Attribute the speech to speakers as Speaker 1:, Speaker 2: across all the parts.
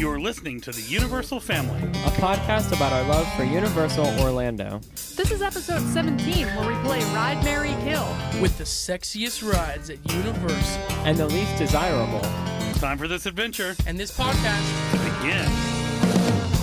Speaker 1: for listening to the Universal Family.
Speaker 2: a podcast about our love for Universal Orlando.
Speaker 3: This is episode 17 where we play Ride, Mary, Kill.
Speaker 4: with the sexiest rides at Universal.
Speaker 2: And the least desirable.
Speaker 1: Time for this adventure
Speaker 4: And this podcast,
Speaker 1: to begin.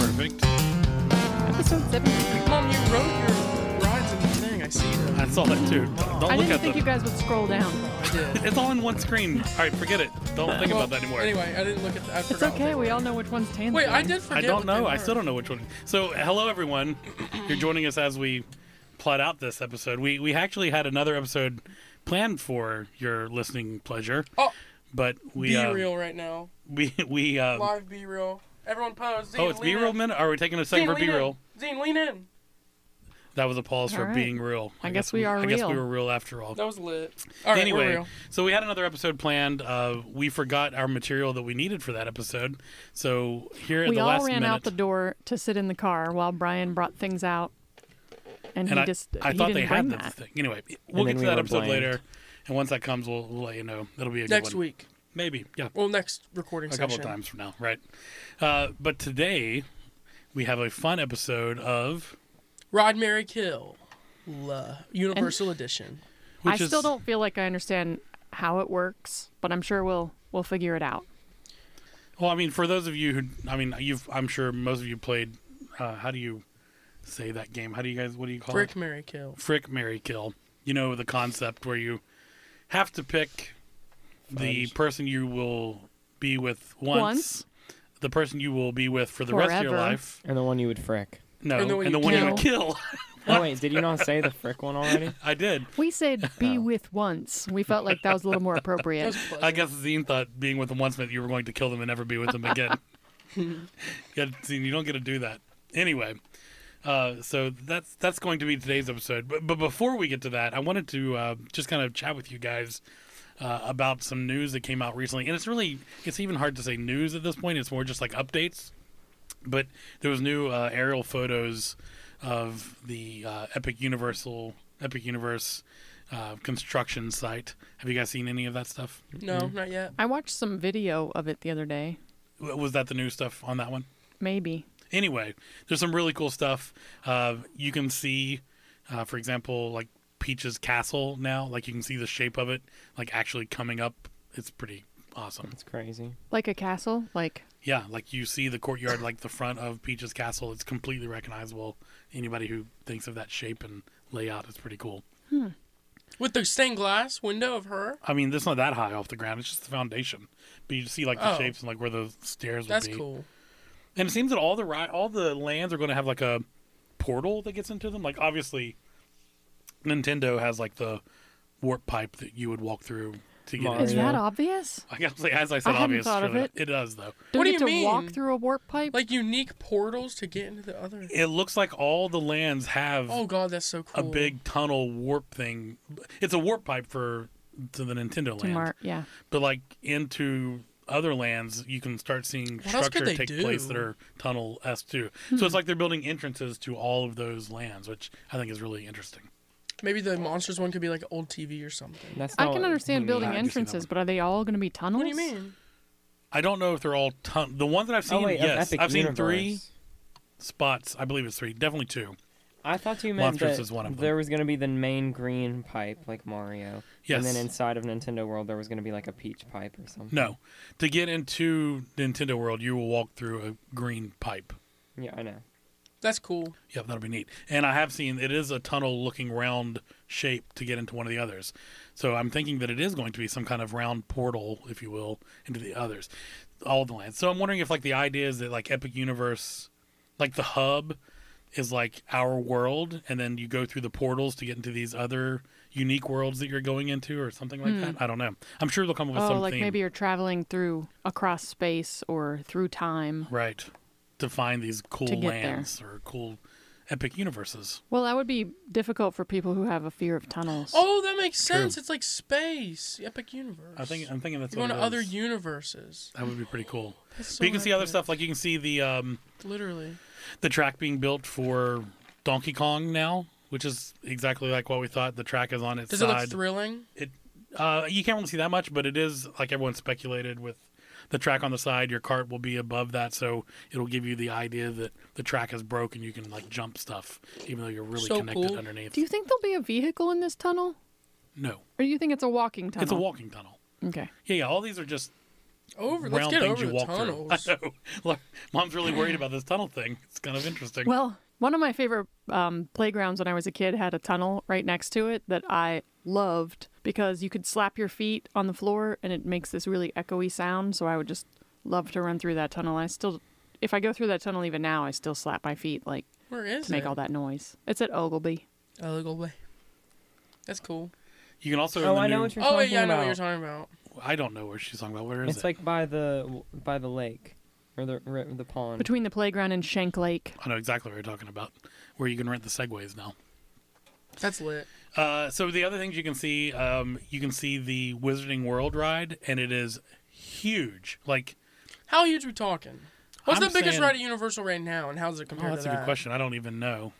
Speaker 1: Perfect.
Speaker 3: Episode 17.
Speaker 4: Mom, you wrote your rides in the thing. I see them.
Speaker 1: I saw that too. Don't
Speaker 3: I
Speaker 1: look
Speaker 3: didn't
Speaker 1: at
Speaker 3: think
Speaker 1: the.
Speaker 3: you guys would scroll down.
Speaker 4: I did.
Speaker 1: It's all in one screen. All right, forget it. Don't think
Speaker 4: Well,
Speaker 1: about that anymore.
Speaker 4: Anyway, I didn't look at. The, I
Speaker 3: It's
Speaker 4: forgot. what
Speaker 3: okay,
Speaker 4: they
Speaker 3: we
Speaker 4: were.
Speaker 3: all know which one's Tansy.
Speaker 4: Wait, I did forget.
Speaker 1: I don't
Speaker 4: what they
Speaker 1: know. I
Speaker 4: were.
Speaker 1: still don't know which one. So, hello everyone. You're joining us as we plot out this episode. We we actually had another episode planned for your listening pleasure,
Speaker 4: Oh,
Speaker 1: but we
Speaker 4: be
Speaker 1: uh,
Speaker 4: real right now.
Speaker 1: we we um,
Speaker 4: Live be real. Everyone pose. Zine,
Speaker 1: oh it's
Speaker 4: lean
Speaker 1: B roll
Speaker 4: in.
Speaker 1: minute. Are we taking a
Speaker 4: Zine,
Speaker 1: second for
Speaker 4: lean
Speaker 1: B roll?
Speaker 4: in. Zine, lean in.
Speaker 1: That was applause
Speaker 3: All
Speaker 1: for
Speaker 3: right.
Speaker 1: being real.
Speaker 3: I guess we are
Speaker 1: I guess we
Speaker 3: real.
Speaker 1: were real after all.
Speaker 4: That was lit. All right,
Speaker 1: anyway,
Speaker 4: we're real.
Speaker 1: so we had another episode planned. Uh, we forgot our material that we needed for that episode. So here at
Speaker 3: We
Speaker 1: the
Speaker 3: all
Speaker 1: last
Speaker 3: ran
Speaker 1: minute,
Speaker 3: out the door to sit in the car while Brian brought things out. And,
Speaker 1: and
Speaker 3: he
Speaker 1: I,
Speaker 3: just
Speaker 1: I
Speaker 3: he
Speaker 1: thought
Speaker 3: didn't
Speaker 1: they had this
Speaker 3: bring that.
Speaker 1: thing. Anyway, we'll
Speaker 2: then
Speaker 1: get to
Speaker 2: we
Speaker 1: that
Speaker 2: were
Speaker 1: episode
Speaker 2: blamed.
Speaker 1: later, and once that comes, we'll, we'll let you know. That'll be a
Speaker 4: Next
Speaker 1: good one.
Speaker 4: week.
Speaker 1: maybe. Yeah,
Speaker 4: Well, next recording
Speaker 1: a
Speaker 4: session.
Speaker 1: couple of times from now, right? Uh, but today we have a fun episode of
Speaker 4: Ride, Mary, Kill. La, Universal Edition.
Speaker 1: which
Speaker 3: I
Speaker 1: is
Speaker 3: still don't feel like I understand how it works, but I'm sure we'll we'll figure it out.
Speaker 1: Well, I mean, for those of you who, I mean, you've, I'm sure most of you played. Uh, how do you say that game? How do you guys? What do you call it?
Speaker 4: Brick, Mary, Kill.
Speaker 1: Frick Mary Kill. You know the concept where you have to pick the person you will be with once,
Speaker 3: Once.
Speaker 1: the person you will be with for the rest of your
Speaker 3: Forever.
Speaker 1: life.
Speaker 2: And the one you would frick.
Speaker 1: No,
Speaker 4: And the one
Speaker 1: and the
Speaker 4: you
Speaker 1: one you would kill.
Speaker 2: Oh, wait, did you not say the frick one already?
Speaker 1: I did.
Speaker 3: We said be with once. We felt like that was a little more
Speaker 4: That
Speaker 3: appropriate.
Speaker 4: was pleasant.
Speaker 1: I guess Zine thought being with them once meant you were going to kill them and never be with them again. yeah, Zine, you don't get to do that. Anyway, uh, so that's that's going to be today's episode. But, but before we get to that, I wanted to uh, just kind of chat with you guys uh, about some news that came out recently. And it's really it's even hard to say news at this point. It's more just like updates. But there was new uh, aerial photos of the uh, Epic Universal Epic Universe uh, construction site. Have you guys seen any of that stuff?
Speaker 4: No, not yet.
Speaker 3: I watched some video of it the other day.
Speaker 1: W- was that the new stuff on that one?
Speaker 3: Maybe.
Speaker 1: Anyway, there's some really cool stuff. Uh, you can see, uh, for example, like Peach's castle now. Like you can see the shape of it, like actually coming up. It's pretty awesome.
Speaker 2: It's crazy.
Speaker 3: Like a castle? Like
Speaker 1: Yeah, like you see the courtyard, like the front of Peach's castle. It's completely recognizable. Anybody who thinks of that shape and layout is pretty cool.
Speaker 4: With the stained glass window of her.
Speaker 1: I mean, it's not that high off the ground. It's just the foundation, but you see like the
Speaker 4: Oh.
Speaker 1: shapes and like where the stairs.
Speaker 4: That's
Speaker 1: would be.
Speaker 4: cool.
Speaker 1: And it seems that all the ri- all the lands are going to have like a portal that gets into them. Like obviously, Nintendo has like the warp pipe that you would walk through to get.
Speaker 2: Mario.
Speaker 3: is
Speaker 1: in.
Speaker 3: that
Speaker 2: yeah.
Speaker 3: obvious?
Speaker 1: I gotta say, as I said,
Speaker 3: I hadn't
Speaker 1: obvious.
Speaker 3: thought of
Speaker 1: surely
Speaker 3: it.
Speaker 1: not. does though.
Speaker 3: Do
Speaker 4: What
Speaker 3: we
Speaker 4: do
Speaker 3: get
Speaker 4: you
Speaker 3: to walk
Speaker 4: mean?
Speaker 3: through a warp pipe?
Speaker 4: Like unique portals to get into the other.
Speaker 1: It looks like all the lands have
Speaker 4: Oh god, that's so
Speaker 1: a
Speaker 4: cool.
Speaker 1: big tunnel warp thing. It's a warp pipe for to the Nintendo
Speaker 3: to
Speaker 1: land,
Speaker 3: Mar- yeah.
Speaker 1: but like into other lands, you can start seeing
Speaker 4: What else could
Speaker 1: structure
Speaker 4: they
Speaker 1: take
Speaker 4: do?
Speaker 1: place that are tunnel s too.
Speaker 2: Hmm.
Speaker 1: So it's like they're building entrances to all of those lands, which I think is really interesting.
Speaker 4: Maybe the monsters one could be like old TV or something.
Speaker 2: That's
Speaker 3: I
Speaker 2: not
Speaker 3: can
Speaker 2: what
Speaker 3: understand
Speaker 2: we
Speaker 3: building
Speaker 1: I
Speaker 2: mean.
Speaker 1: do see that
Speaker 3: entrances,
Speaker 1: one.
Speaker 3: but are they all going to be tunnels?
Speaker 4: What do you mean?
Speaker 1: I don't know if they're all ton- the ones that I've
Speaker 2: Oh,
Speaker 1: seen.
Speaker 2: wait, of
Speaker 1: yes,
Speaker 2: Epic
Speaker 1: I've seen
Speaker 2: Universe.
Speaker 1: three spots. I believe it's three, definitely two.
Speaker 2: I thought you meant
Speaker 1: Monsters
Speaker 2: that
Speaker 1: is one of them.
Speaker 2: there was going to be the main green pipe, like Mario. And
Speaker 1: Yes.
Speaker 2: then inside of Nintendo World, there was going to be like a peach pipe or something.
Speaker 1: No, to get into Nintendo World, you will walk through a green pipe.
Speaker 2: Yeah, I know.
Speaker 4: That's cool.
Speaker 1: Yep, that'll be neat. And I have seen it is a tunnel-looking round shape to get into one of the others. So I'm thinking that it is going to be some kind of round portal, if you will, into the others, all the lands. So I'm wondering if like the idea is that like Epic Universe, like the hub, is like our world, and then you go through the portals to get into these other unique worlds that you're going into, or something like that. I don't know. I'm sure they'll come up with
Speaker 3: Hmm. Oh,
Speaker 1: something.
Speaker 3: like maybe you're traveling through across space or through time.
Speaker 1: right to find these cool
Speaker 3: get there.
Speaker 1: lands or cool epic universes.
Speaker 3: Well, that would be difficult for people who have a fear of tunnels.
Speaker 4: Oh, that makes sense. It's like space, epic universe.
Speaker 1: I think I'm thinking that's
Speaker 4: you're going
Speaker 1: what
Speaker 4: to
Speaker 1: it
Speaker 4: other
Speaker 1: is.
Speaker 4: universes.
Speaker 1: That would be pretty cool.
Speaker 4: That's so
Speaker 1: but you can see
Speaker 4: epic.
Speaker 1: other stuff like you can see the um,
Speaker 4: Literally,
Speaker 1: the track being built for Donkey Kong now, which is exactly like what we thought. The track is on its
Speaker 4: does it
Speaker 1: side.
Speaker 4: look thrilling?
Speaker 1: It Uh, you can't really see that much, but it is like everyone speculated with the track on the side. Your cart will be above that, so it'll give you the idea that the track is broken. You can like jump stuff, even though you're really
Speaker 4: So
Speaker 1: connected
Speaker 4: cool.
Speaker 1: underneath.
Speaker 3: Do you think there'll be a vehicle in this tunnel,
Speaker 1: no,
Speaker 4: Uh-huh.
Speaker 3: or do you think it's a walking tunnel?
Speaker 1: it's a walking tunnel.
Speaker 3: Okay.
Speaker 1: Yeah, yeah. All these are just
Speaker 4: Over. Let's
Speaker 1: round
Speaker 4: get
Speaker 1: things
Speaker 4: over
Speaker 1: you
Speaker 4: the
Speaker 1: walk
Speaker 4: tunnels.
Speaker 1: through. I know. Look, mom's really worried about this tunnel thing. It's kind of interesting.
Speaker 3: Well, one of my favorite um, playgrounds when I was a kid had a tunnel right next to it that I loved because you could slap your feet on the floor and it makes this really echoey sound. So I would just love to run through that tunnel. I still, if I go through that tunnel even now, I still slap my feet like
Speaker 4: Where is
Speaker 3: to make
Speaker 4: it?
Speaker 3: all that noise. It's at Ogleby.
Speaker 4: Oh, look away. That's cool.
Speaker 1: you can also. in
Speaker 2: Oh,
Speaker 1: the
Speaker 2: I know
Speaker 1: new-
Speaker 2: what you're
Speaker 4: oh,
Speaker 2: talking
Speaker 4: wait, yeah, I know
Speaker 2: about.
Speaker 4: what you're talking about.
Speaker 1: I don't know where she's talking about. Where is
Speaker 2: it's
Speaker 1: it?
Speaker 2: like by the by the lake or the ri- the
Speaker 1: Um,
Speaker 2: pond.
Speaker 3: Between the playground and Shank Lake.
Speaker 1: I know exactly what you're talking about. Where you can rent the segways now.
Speaker 4: That's lit.
Speaker 1: Uh, so the other things you can see, um, you can see the Wizarding World ride, and it is huge. Like,
Speaker 4: How huge we talking? What's
Speaker 1: I'm
Speaker 4: the biggest
Speaker 1: saying-
Speaker 4: ride at Universal right now, and how's it
Speaker 1: oh,
Speaker 4: compared
Speaker 1: that's
Speaker 4: to
Speaker 1: a
Speaker 4: that?
Speaker 1: good question. I don't even know.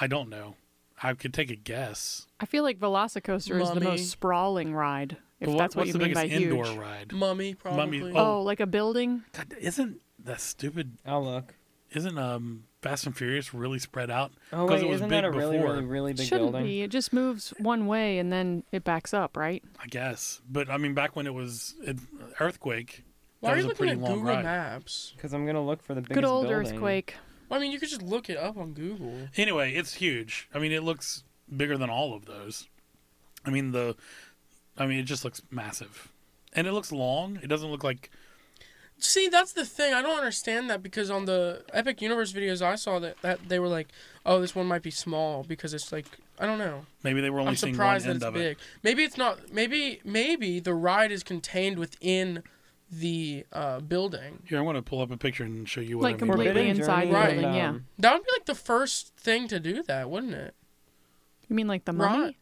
Speaker 1: I don't know. I could take a guess.
Speaker 3: I feel like Velocicoaster is the
Speaker 4: Mummy.
Speaker 3: most sprawling ride, if
Speaker 1: But what-
Speaker 3: that's what
Speaker 1: what's
Speaker 3: you
Speaker 1: the
Speaker 3: mean by
Speaker 1: biggest indoor
Speaker 3: huge.
Speaker 1: ride?
Speaker 4: Mummy, probably.
Speaker 1: Mummy- oh.
Speaker 3: Oh, like a building?
Speaker 1: God, isn't that stupid?
Speaker 2: I'll look.
Speaker 1: Isn't um Fast and Furious really spread out?
Speaker 2: Oh
Speaker 1: 'Cause
Speaker 2: wait,
Speaker 1: it was
Speaker 2: isn't
Speaker 1: big
Speaker 2: that a really
Speaker 1: before.
Speaker 2: really really big
Speaker 3: Shouldn't
Speaker 2: building?
Speaker 3: be. It just moves one way and then it backs up, right?
Speaker 1: I guess, but I mean, back when it was it, earthquake,
Speaker 4: Why
Speaker 1: that
Speaker 4: are
Speaker 1: was
Speaker 4: you
Speaker 1: a
Speaker 4: looking
Speaker 1: pretty
Speaker 4: at
Speaker 1: long
Speaker 4: Google
Speaker 1: ride.
Speaker 4: Maps?
Speaker 2: Because I'm gonna look for the biggest
Speaker 3: Good old
Speaker 2: building.
Speaker 3: earthquake.
Speaker 4: Well, I mean, you could just look it up on Google.
Speaker 1: Anyway, it's huge. I mean, it looks bigger than all of those. I mean the, I mean it just looks massive, and it looks long. It doesn't look like
Speaker 4: See, that's the thing. I don't understand that because on the Epic Universe videos I saw that, that they were like, "Oh, this one might be small because it's like I don't know."
Speaker 1: maybe they were only
Speaker 4: I'm
Speaker 1: seeing one
Speaker 4: surprised that
Speaker 1: end
Speaker 4: it's
Speaker 1: of it.
Speaker 4: big. Maybe it's not. Maybe maybe the ride is contained within the uh, building.
Speaker 1: Here, I want to pull up a picture and show you what
Speaker 3: Like
Speaker 1: I mean.
Speaker 3: complete- Completely
Speaker 2: Forbidden
Speaker 3: inside
Speaker 2: Journey
Speaker 4: the
Speaker 2: and,
Speaker 3: building, yeah.
Speaker 2: um,
Speaker 4: That would be like the first thing to do that, wouldn't it?
Speaker 3: You mean like the mummy?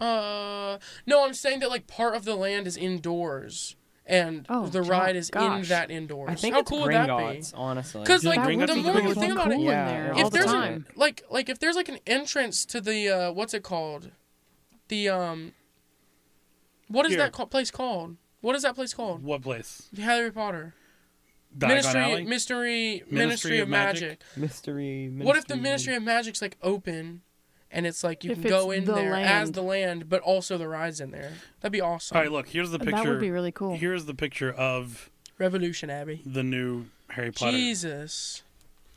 Speaker 4: Right. Uh, no, I'm saying that like part of the land is indoors, and
Speaker 3: Oh,
Speaker 4: the
Speaker 3: jo-
Speaker 4: ride is in
Speaker 3: gosh.
Speaker 4: that indoors.
Speaker 2: I think
Speaker 4: How
Speaker 2: it's
Speaker 4: cool would that be?
Speaker 2: Gringotts, honestly.
Speaker 4: Because
Speaker 1: Yeah,
Speaker 4: like
Speaker 1: Gringotts
Speaker 4: the
Speaker 1: is
Speaker 4: more
Speaker 1: pretty
Speaker 4: you
Speaker 1: cool.
Speaker 4: think about it,
Speaker 3: cool
Speaker 2: Yeah,
Speaker 3: in there
Speaker 2: if
Speaker 3: all
Speaker 4: if
Speaker 3: the
Speaker 4: there's
Speaker 3: time.
Speaker 4: A, like like if there's like an entrance to the uh what's it called the um what is
Speaker 1: Here.
Speaker 4: that ca- place called what is that place called
Speaker 1: What place?
Speaker 4: harry potter
Speaker 1: Diagon
Speaker 4: ministry
Speaker 1: Alley?
Speaker 4: mystery ministry,
Speaker 1: Ministry
Speaker 4: of,
Speaker 1: of
Speaker 4: magic.
Speaker 1: Magic?
Speaker 2: mystery, ministry.
Speaker 4: what if the ministry of magic's like open and it's like you
Speaker 3: If
Speaker 4: can go
Speaker 3: it's
Speaker 4: in
Speaker 3: the
Speaker 4: there as
Speaker 3: land.
Speaker 4: the land but also the rides in there that'd be awesome
Speaker 1: All right, look. Here's the picture.
Speaker 3: That would be really cool.
Speaker 1: Here's the picture of
Speaker 4: revolution abby
Speaker 1: the new Harry Potter.
Speaker 4: jesus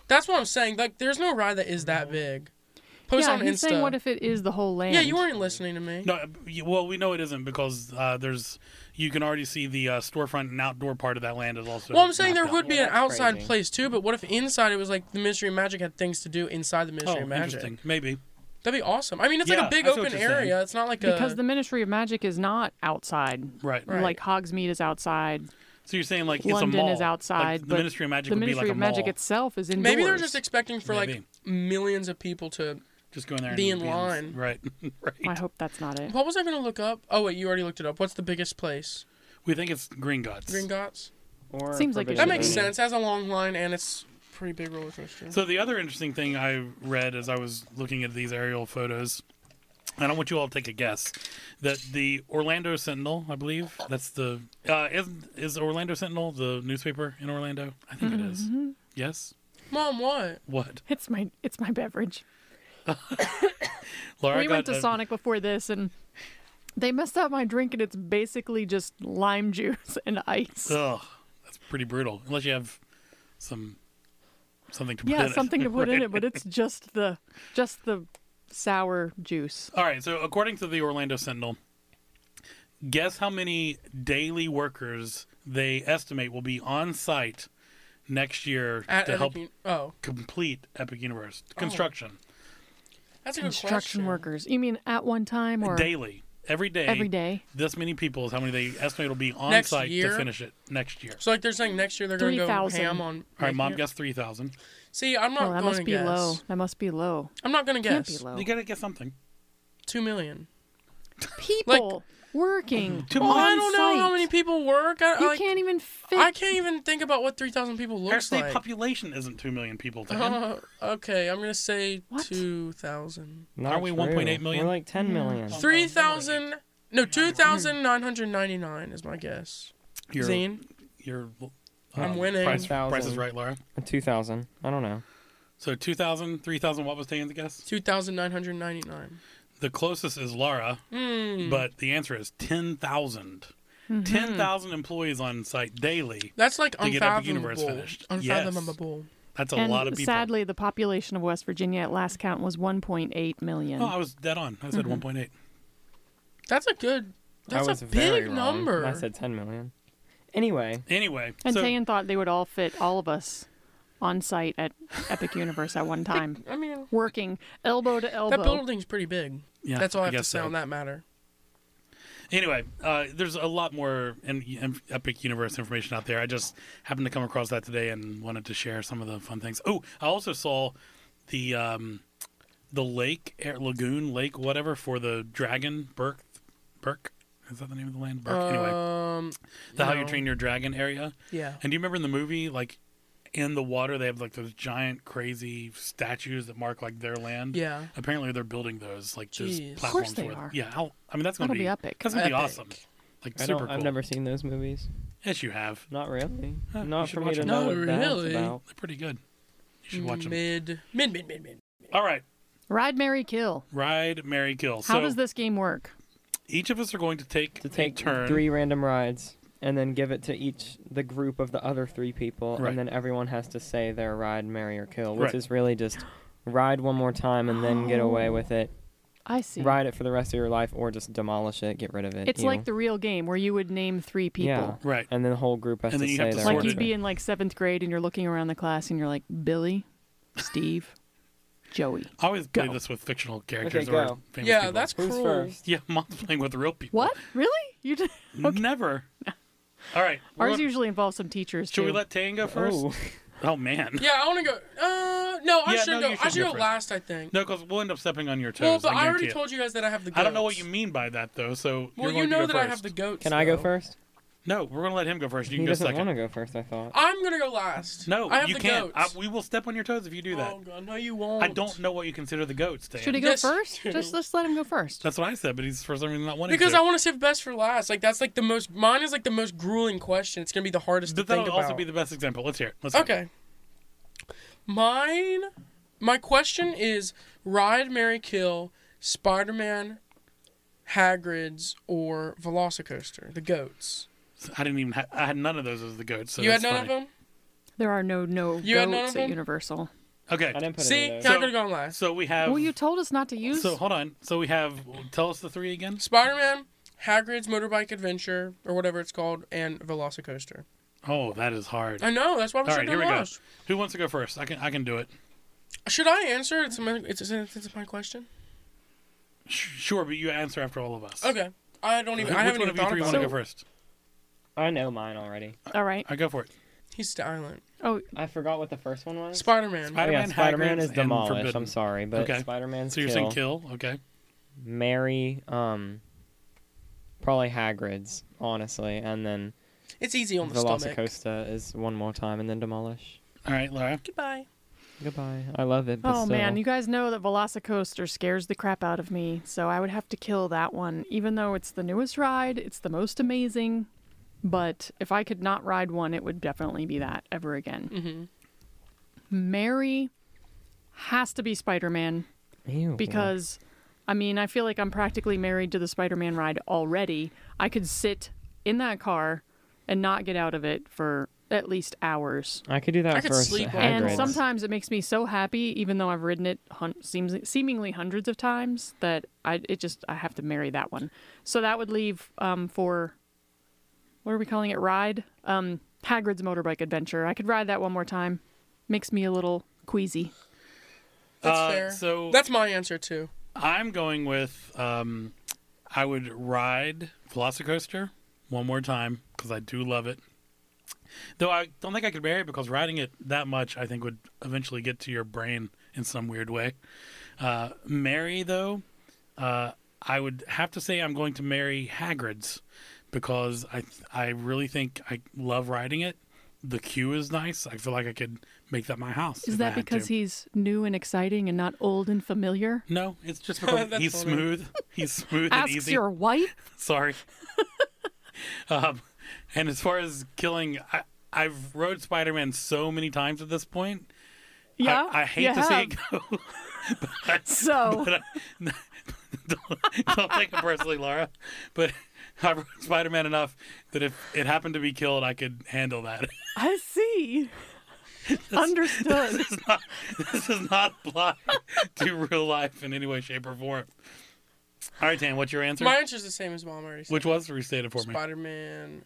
Speaker 4: that's what i'm saying like there's no ride that is that big post
Speaker 3: yeah,
Speaker 4: on
Speaker 3: he's
Speaker 4: insta
Speaker 3: saying what if it is the whole land?
Speaker 4: yeah you weren't listening to me
Speaker 1: No, you- well, we know it isn't because uh, there's you can already see the uh, storefront and outdoor part of that land is also.
Speaker 4: Well, I'm saying there
Speaker 1: mapped out.
Speaker 4: would be
Speaker 2: Yeah,
Speaker 4: an
Speaker 2: that's
Speaker 4: outside
Speaker 2: crazy.
Speaker 4: place too, but what if inside it was like the Mystery of Magic had things to do inside the Mystery
Speaker 1: Oh,
Speaker 4: of Magic?
Speaker 1: interesting. Maybe.
Speaker 4: That'd be awesome. I mean, it's like
Speaker 1: Yeah,
Speaker 4: a big
Speaker 1: I see what
Speaker 4: open
Speaker 1: you're saying.
Speaker 4: area. It's not like
Speaker 3: because
Speaker 4: a.
Speaker 3: the Ministry of Magic is not outside.
Speaker 1: Right.
Speaker 4: Right.
Speaker 3: Like Hogsmeade is outside.
Speaker 1: So you're saying like it's a
Speaker 3: London
Speaker 1: mall.
Speaker 3: is
Speaker 1: Like,
Speaker 3: outside,
Speaker 1: the
Speaker 3: but
Speaker 1: Ministry of Magic
Speaker 3: the
Speaker 1: would be
Speaker 3: Ministry
Speaker 1: like a
Speaker 3: of Magic
Speaker 1: mall.
Speaker 3: itself is indoors.
Speaker 4: maybe they're just expecting for
Speaker 1: Maybe.
Speaker 4: like millions of people to.
Speaker 1: Just go in there
Speaker 4: be
Speaker 1: and
Speaker 4: in line.
Speaker 1: Right.
Speaker 3: I
Speaker 1: right.
Speaker 3: hope that's not it.
Speaker 4: What was I gonna look up? Oh wait, you already looked it up. What's the biggest place?
Speaker 1: We think it's Green Gods.
Speaker 4: Gringotts.
Speaker 2: Or
Speaker 3: Seems like it
Speaker 4: That
Speaker 2: Forbidden
Speaker 3: should
Speaker 4: makes
Speaker 3: be.
Speaker 2: Journey.
Speaker 4: sense. It has a long line and it's pretty big roller coaster.
Speaker 1: So the other interesting thing I read as I was looking at these aerial photos, and I want you all to take a guess, that the Orlando Sentinel, I believe, that's the uh, is is Orlando Sentinel the newspaper in Orlando? I think it is.
Speaker 3: Mm-hmm.
Speaker 1: Yes.
Speaker 4: Mom, what?
Speaker 1: What?
Speaker 3: It's my it's my beverage.
Speaker 1: Laura
Speaker 3: we
Speaker 1: got
Speaker 3: went to
Speaker 1: a-
Speaker 3: Sonic before this and they messed up my drink and it's basically just lime juice and ice.
Speaker 1: Ugh, that's pretty brutal. Unless you have some something to put
Speaker 3: yeah,
Speaker 1: in
Speaker 3: something
Speaker 1: it.
Speaker 3: to put in
Speaker 1: Right.
Speaker 3: it, but it's just the just the sour juice.
Speaker 1: All right, so according to the Orlando Sentinel, guess how many daily workers they estimate will be on site next year
Speaker 4: At
Speaker 1: to
Speaker 4: Epic Oh.
Speaker 1: help
Speaker 4: Un- oh,
Speaker 1: complete Epic Universe construction
Speaker 4: that's a good
Speaker 3: Construction
Speaker 4: question.
Speaker 3: workers. You mean at one time or
Speaker 1: daily, every day,
Speaker 3: every day?
Speaker 1: This many people is how many they estimate will be on
Speaker 4: Next
Speaker 1: site
Speaker 4: year?
Speaker 1: to finish it next year.
Speaker 4: So like they're saying next year they're gonna go
Speaker 3: 3,000.
Speaker 4: ham on.
Speaker 1: All right,
Speaker 4: making
Speaker 1: mom,
Speaker 4: it.
Speaker 1: guess three thousand.
Speaker 4: See, I'm not
Speaker 3: Oh, that
Speaker 4: going to
Speaker 3: must be
Speaker 4: guess.
Speaker 3: low. That must be low.
Speaker 4: I'm not gonna
Speaker 3: Can't
Speaker 4: guess.
Speaker 3: be low.
Speaker 1: You gotta guess something.
Speaker 4: Two million.
Speaker 3: People working.
Speaker 1: Two
Speaker 3: on
Speaker 1: million.
Speaker 4: I don't know how
Speaker 3: site.
Speaker 4: many people work. I,
Speaker 3: You
Speaker 4: like,
Speaker 3: can't even fit.
Speaker 4: I can't even think about what three thousand people
Speaker 1: Our
Speaker 4: looks
Speaker 1: state
Speaker 4: like.
Speaker 1: population isn't two million people. Tan.
Speaker 4: Uh, okay, I'm gonna say
Speaker 3: What?
Speaker 4: two thousand.
Speaker 2: Not
Speaker 1: Aren't we
Speaker 2: true.
Speaker 1: 1.8 million?
Speaker 3: Hmm.
Speaker 2: We're like 10 million.
Speaker 1: Oh.
Speaker 4: Three thousand No, 2,999 is my guess.
Speaker 1: Your,
Speaker 4: Zine?
Speaker 1: your um,
Speaker 4: I'm winning.
Speaker 1: Price, price is
Speaker 2: 1,000.
Speaker 1: right, Laura.
Speaker 2: Uh, Two thousand. I don't know.
Speaker 1: So 2,000, 3,000, what was Dan's guess?
Speaker 4: 2,999.
Speaker 1: The closest is Laura,
Speaker 3: Mm-hmm.
Speaker 4: Mm.
Speaker 1: but the answer is 10,000. 10,000 employees on site daily.
Speaker 4: That's like
Speaker 1: To get Epic
Speaker 4: unfathomable.
Speaker 1: Universe finished.
Speaker 4: Unfathomable.
Speaker 1: That's a
Speaker 3: and
Speaker 1: lot of people.
Speaker 3: sadly, the population of West Virginia at last count was 1.8 million.
Speaker 1: oh, I was dead on. I
Speaker 3: Mm-hmm.
Speaker 1: said 1.8.
Speaker 4: That's a good. That's
Speaker 2: I was
Speaker 4: a
Speaker 2: very
Speaker 4: big
Speaker 2: wrong.
Speaker 4: number.
Speaker 2: I said ten million. Anyway,
Speaker 1: Anyway,
Speaker 3: and
Speaker 1: so
Speaker 3: Tayan thought they would all fit all of us on site at Epic Universe at one time,
Speaker 4: I mean,
Speaker 3: working elbow to elbow.
Speaker 4: that building's pretty big.
Speaker 1: yeah,
Speaker 4: That's all I, have to
Speaker 1: guess
Speaker 4: say
Speaker 1: so.
Speaker 4: on that matter.
Speaker 1: Anyway, uh, there's a lot more in, in Epic Universe information out there. I just happened to come across that today and wanted to share some of the fun things. Oh, I also saw the um, the lake, air, lagoon, lake, whatever for the dragon Burke. Burke is that the name of the land? Burke.
Speaker 3: Uh,
Speaker 1: anyway,
Speaker 4: Um,
Speaker 1: the How You
Speaker 4: no.
Speaker 1: Train Your Dragon area.
Speaker 4: yeah.
Speaker 1: And do you remember in the movie, like in the water, they have like those giant, crazy statues that mark like their land.
Speaker 4: Yeah.
Speaker 1: Apparently, they're building those like just
Speaker 4: Jeez. Of
Speaker 1: platforms.
Speaker 3: course they
Speaker 1: for-
Speaker 3: are.
Speaker 1: Yeah, how, I mean that's going to
Speaker 3: That'll
Speaker 1: be,
Speaker 3: be epic.
Speaker 1: That's going to be
Speaker 4: Epic.
Speaker 1: awesome. Like
Speaker 2: I don't.
Speaker 1: super cool.
Speaker 2: I've never seen those movies.
Speaker 1: Yes, you have.
Speaker 2: Not really.
Speaker 1: Huh, you
Speaker 2: Not
Speaker 1: should
Speaker 2: for me
Speaker 1: watch
Speaker 2: to
Speaker 1: them.
Speaker 2: know
Speaker 4: Not
Speaker 2: what that's
Speaker 4: really.
Speaker 2: about.
Speaker 1: They're pretty good. You
Speaker 3: Mm,
Speaker 1: should watch them.
Speaker 4: Mid, mid, mid, mid, mid.
Speaker 1: All right,
Speaker 3: Ride, Mary kill.
Speaker 1: ride, Mary kill.
Speaker 3: How
Speaker 1: so
Speaker 3: does this game work?
Speaker 1: each of us are going to take
Speaker 2: To take
Speaker 1: a turn.
Speaker 2: three random rides and then give it to each the group of the other three people,
Speaker 1: Right.
Speaker 2: and then everyone has to say their ride, marry or kill, which
Speaker 1: Right.
Speaker 2: is really just ride one more time and then get away
Speaker 3: Oh.
Speaker 2: with it.
Speaker 3: I see.
Speaker 2: Ride it for the rest of your life, or just demolish it, get rid of it.
Speaker 3: It's
Speaker 2: you
Speaker 3: like
Speaker 2: know?
Speaker 3: the real game where you would name three people.
Speaker 1: Right.
Speaker 2: and then the whole group has
Speaker 1: And
Speaker 2: to
Speaker 1: then you
Speaker 2: say
Speaker 1: have to
Speaker 2: their
Speaker 1: sort
Speaker 3: Like
Speaker 1: it.
Speaker 3: you'd be in like seventh grade and you're looking around the class and you're like, Billy, Steve, Joey.
Speaker 1: I always play
Speaker 3: Go.
Speaker 1: this with fictional characters
Speaker 2: Okay,
Speaker 1: or
Speaker 2: go.
Speaker 1: famous
Speaker 4: Yeah,
Speaker 1: people.
Speaker 4: that's
Speaker 2: Who's
Speaker 4: cruel.
Speaker 2: first?
Speaker 1: yeah. Mom's playing with real people.
Speaker 3: What? Really? You did?
Speaker 1: Never. All right. we're
Speaker 3: Ours
Speaker 1: gonna-
Speaker 3: usually involves some teachers
Speaker 1: Should
Speaker 3: too.
Speaker 1: we let Tane go first?
Speaker 2: Oh,
Speaker 1: Oh man.
Speaker 4: Yeah, I want to go. Uh, no, I
Speaker 1: Yeah,
Speaker 4: should
Speaker 1: no,
Speaker 4: go.
Speaker 1: you
Speaker 4: I
Speaker 1: should
Speaker 4: should
Speaker 1: go
Speaker 4: go,
Speaker 1: first.
Speaker 4: last, I think.
Speaker 1: No, because we'll end up stepping on your
Speaker 4: well,
Speaker 1: toes.
Speaker 4: but I
Speaker 1: guarantee
Speaker 4: already
Speaker 1: it.
Speaker 4: told you guys that I have the. Goats.
Speaker 1: I don't know what you mean by that though. So you're
Speaker 4: Well, you
Speaker 1: going
Speaker 4: know
Speaker 1: to go
Speaker 4: that I
Speaker 1: first.
Speaker 4: have the goats.
Speaker 2: can I go
Speaker 4: though.
Speaker 2: first?
Speaker 1: No, we're gonna let him go first. You
Speaker 2: he
Speaker 1: can go
Speaker 2: doesn't want to
Speaker 1: second.
Speaker 2: go first. I thought.
Speaker 4: I'm gonna go last.
Speaker 1: No,
Speaker 4: I have
Speaker 1: you
Speaker 4: the
Speaker 1: can't. I,
Speaker 4: goats.
Speaker 1: we will step on your toes if you do that.
Speaker 4: Oh god, no, you won't.
Speaker 1: I don't know what you consider the goats, Dan.
Speaker 3: Should he go
Speaker 4: Yes,
Speaker 3: first?
Speaker 4: you do.
Speaker 3: Just let's let him go first.
Speaker 1: That's what I said, but he's for some reason not wanting
Speaker 4: Because
Speaker 1: to.
Speaker 4: I want to save best for last. Like that's like the most. Mine is like the most grueling question. It's gonna be the hardest
Speaker 1: But
Speaker 4: to
Speaker 1: that
Speaker 4: think
Speaker 1: would
Speaker 4: about.
Speaker 1: also be the best example. Let's hear it. Let's hear it.
Speaker 4: okay. Mine. My question is: Ride, Mary, Kill, Spider-Man, Hagrid's, or Velocicoaster? The goats.
Speaker 1: I didn't even. Ha- I had none of those as the goats. So
Speaker 4: you had
Speaker 1: that's
Speaker 4: none
Speaker 1: funny.
Speaker 4: of them.
Speaker 3: There are no no
Speaker 4: You had none
Speaker 3: goats
Speaker 4: of
Speaker 3: at
Speaker 4: them?
Speaker 3: Universal.
Speaker 2: I
Speaker 1: Okay.
Speaker 2: didn't put
Speaker 4: See,
Speaker 2: any of
Speaker 4: I
Speaker 1: So-
Speaker 2: those.
Speaker 4: could have gone last.
Speaker 1: So we have.
Speaker 3: Well, you told us not to use.
Speaker 1: so hold on. So we have. Tell us the three again.
Speaker 4: Spider-Man, Hagrid's Motorbike Adventure, or whatever it's called, and Velocicoaster.
Speaker 1: Oh, that is hard.
Speaker 4: I know that's why I'm
Speaker 1: All
Speaker 4: sure
Speaker 1: right, here we
Speaker 4: last.
Speaker 1: go. Who wants to go first? I can. I can do it.
Speaker 4: Should I answer? It's my, it's, it's, it's my question.
Speaker 1: Sh- sure, but you answer after all of us.
Speaker 4: Okay. I don't
Speaker 1: Who-
Speaker 4: even.
Speaker 1: Which
Speaker 4: I haven't
Speaker 1: one
Speaker 4: even
Speaker 1: of you
Speaker 4: thought
Speaker 1: three
Speaker 4: about
Speaker 1: want to
Speaker 4: it.
Speaker 1: go first?
Speaker 2: I know mine already.
Speaker 3: All right.
Speaker 1: I go for it.
Speaker 4: He's silent.
Speaker 3: Oh,
Speaker 2: I forgot what the first one was.
Speaker 4: Spider-Man.
Speaker 2: Oh, yeah,
Speaker 1: Spider-Man,
Speaker 2: Spider-Man
Speaker 1: Hagrid's,
Speaker 2: is
Speaker 1: and
Speaker 2: demolished.
Speaker 1: Forbidden.
Speaker 2: I'm sorry, but
Speaker 1: Okay.
Speaker 2: Spider-Man.
Speaker 1: So you're saying kill? Okay.
Speaker 2: Mary, um, probably Hagrid's, honestly, and then
Speaker 4: it's easy on the stomach.
Speaker 2: Velocicoaster is one more time, and then demolish.
Speaker 1: All right, Laura.
Speaker 4: Goodbye.
Speaker 2: Goodbye. I love it. But
Speaker 3: oh man,
Speaker 2: still.
Speaker 3: you guys know that Velocicoaster scares the crap out of me, so I would have to kill that one. Even though it's the newest ride, it's the most amazing. But if I could not ride one, it would definitely be that ever again.
Speaker 4: Mhm.
Speaker 3: Mary has to be Spider Man
Speaker 2: Ew.
Speaker 3: because I mean, I feel like I'm practically married to the Spider Man ride already. I could sit in that car and not get out of it for at least hours.
Speaker 2: I could do that
Speaker 4: I could
Speaker 2: first.
Speaker 4: sleep on
Speaker 2: Hagrid's.
Speaker 3: And sometimes it makes me so happy, even though I've ridden it hun- seems seemingly hundreds of times, that I it just I have to marry that one. So that would leave um, for what are we calling it? Ride um, Hagrid's motorbike adventure. I could ride that one more time. Makes me a little queasy.
Speaker 4: That's
Speaker 1: Uh,
Speaker 4: fair.
Speaker 1: so-
Speaker 4: that's my answer too.
Speaker 1: I'm going with um, I would ride Velocicoaster one more time because I do love it. Though I don't think I could marry it because riding it that much I think would eventually get to your brain in some weird way. Uh, marry though, uh, I would have to say I'm going to marry Hagrid's because I I really think I love riding it the queue is nice. I feel like I could make that my house. if
Speaker 3: Is
Speaker 1: I
Speaker 3: that
Speaker 1: had
Speaker 3: because
Speaker 1: to.
Speaker 3: he's new and exciting and not old and familiar?
Speaker 1: No, it's just because
Speaker 4: That's
Speaker 1: he's
Speaker 4: funny.
Speaker 1: smooth. He's smooth and
Speaker 3: Asks
Speaker 1: easy.
Speaker 3: your wife.
Speaker 1: Sorry. um, and as far as killing, I, I've rode Spider Man so many times at this point. I-
Speaker 3: Yeah,
Speaker 1: I, hate
Speaker 3: you
Speaker 1: to see
Speaker 3: have.
Speaker 1: it go. but
Speaker 3: So
Speaker 1: but I, don't, don't take it personally, Laura. But I rode Spider Man enough that if it happened to be killed, I could handle that.
Speaker 3: I see. Understood.
Speaker 1: this, is not, this is not applied to real life in any way, shape, or form. All right, Dan, what's your answer?
Speaker 4: My answer's the same as mom already. Said.
Speaker 1: Which was restated for me.
Speaker 4: Spider Man.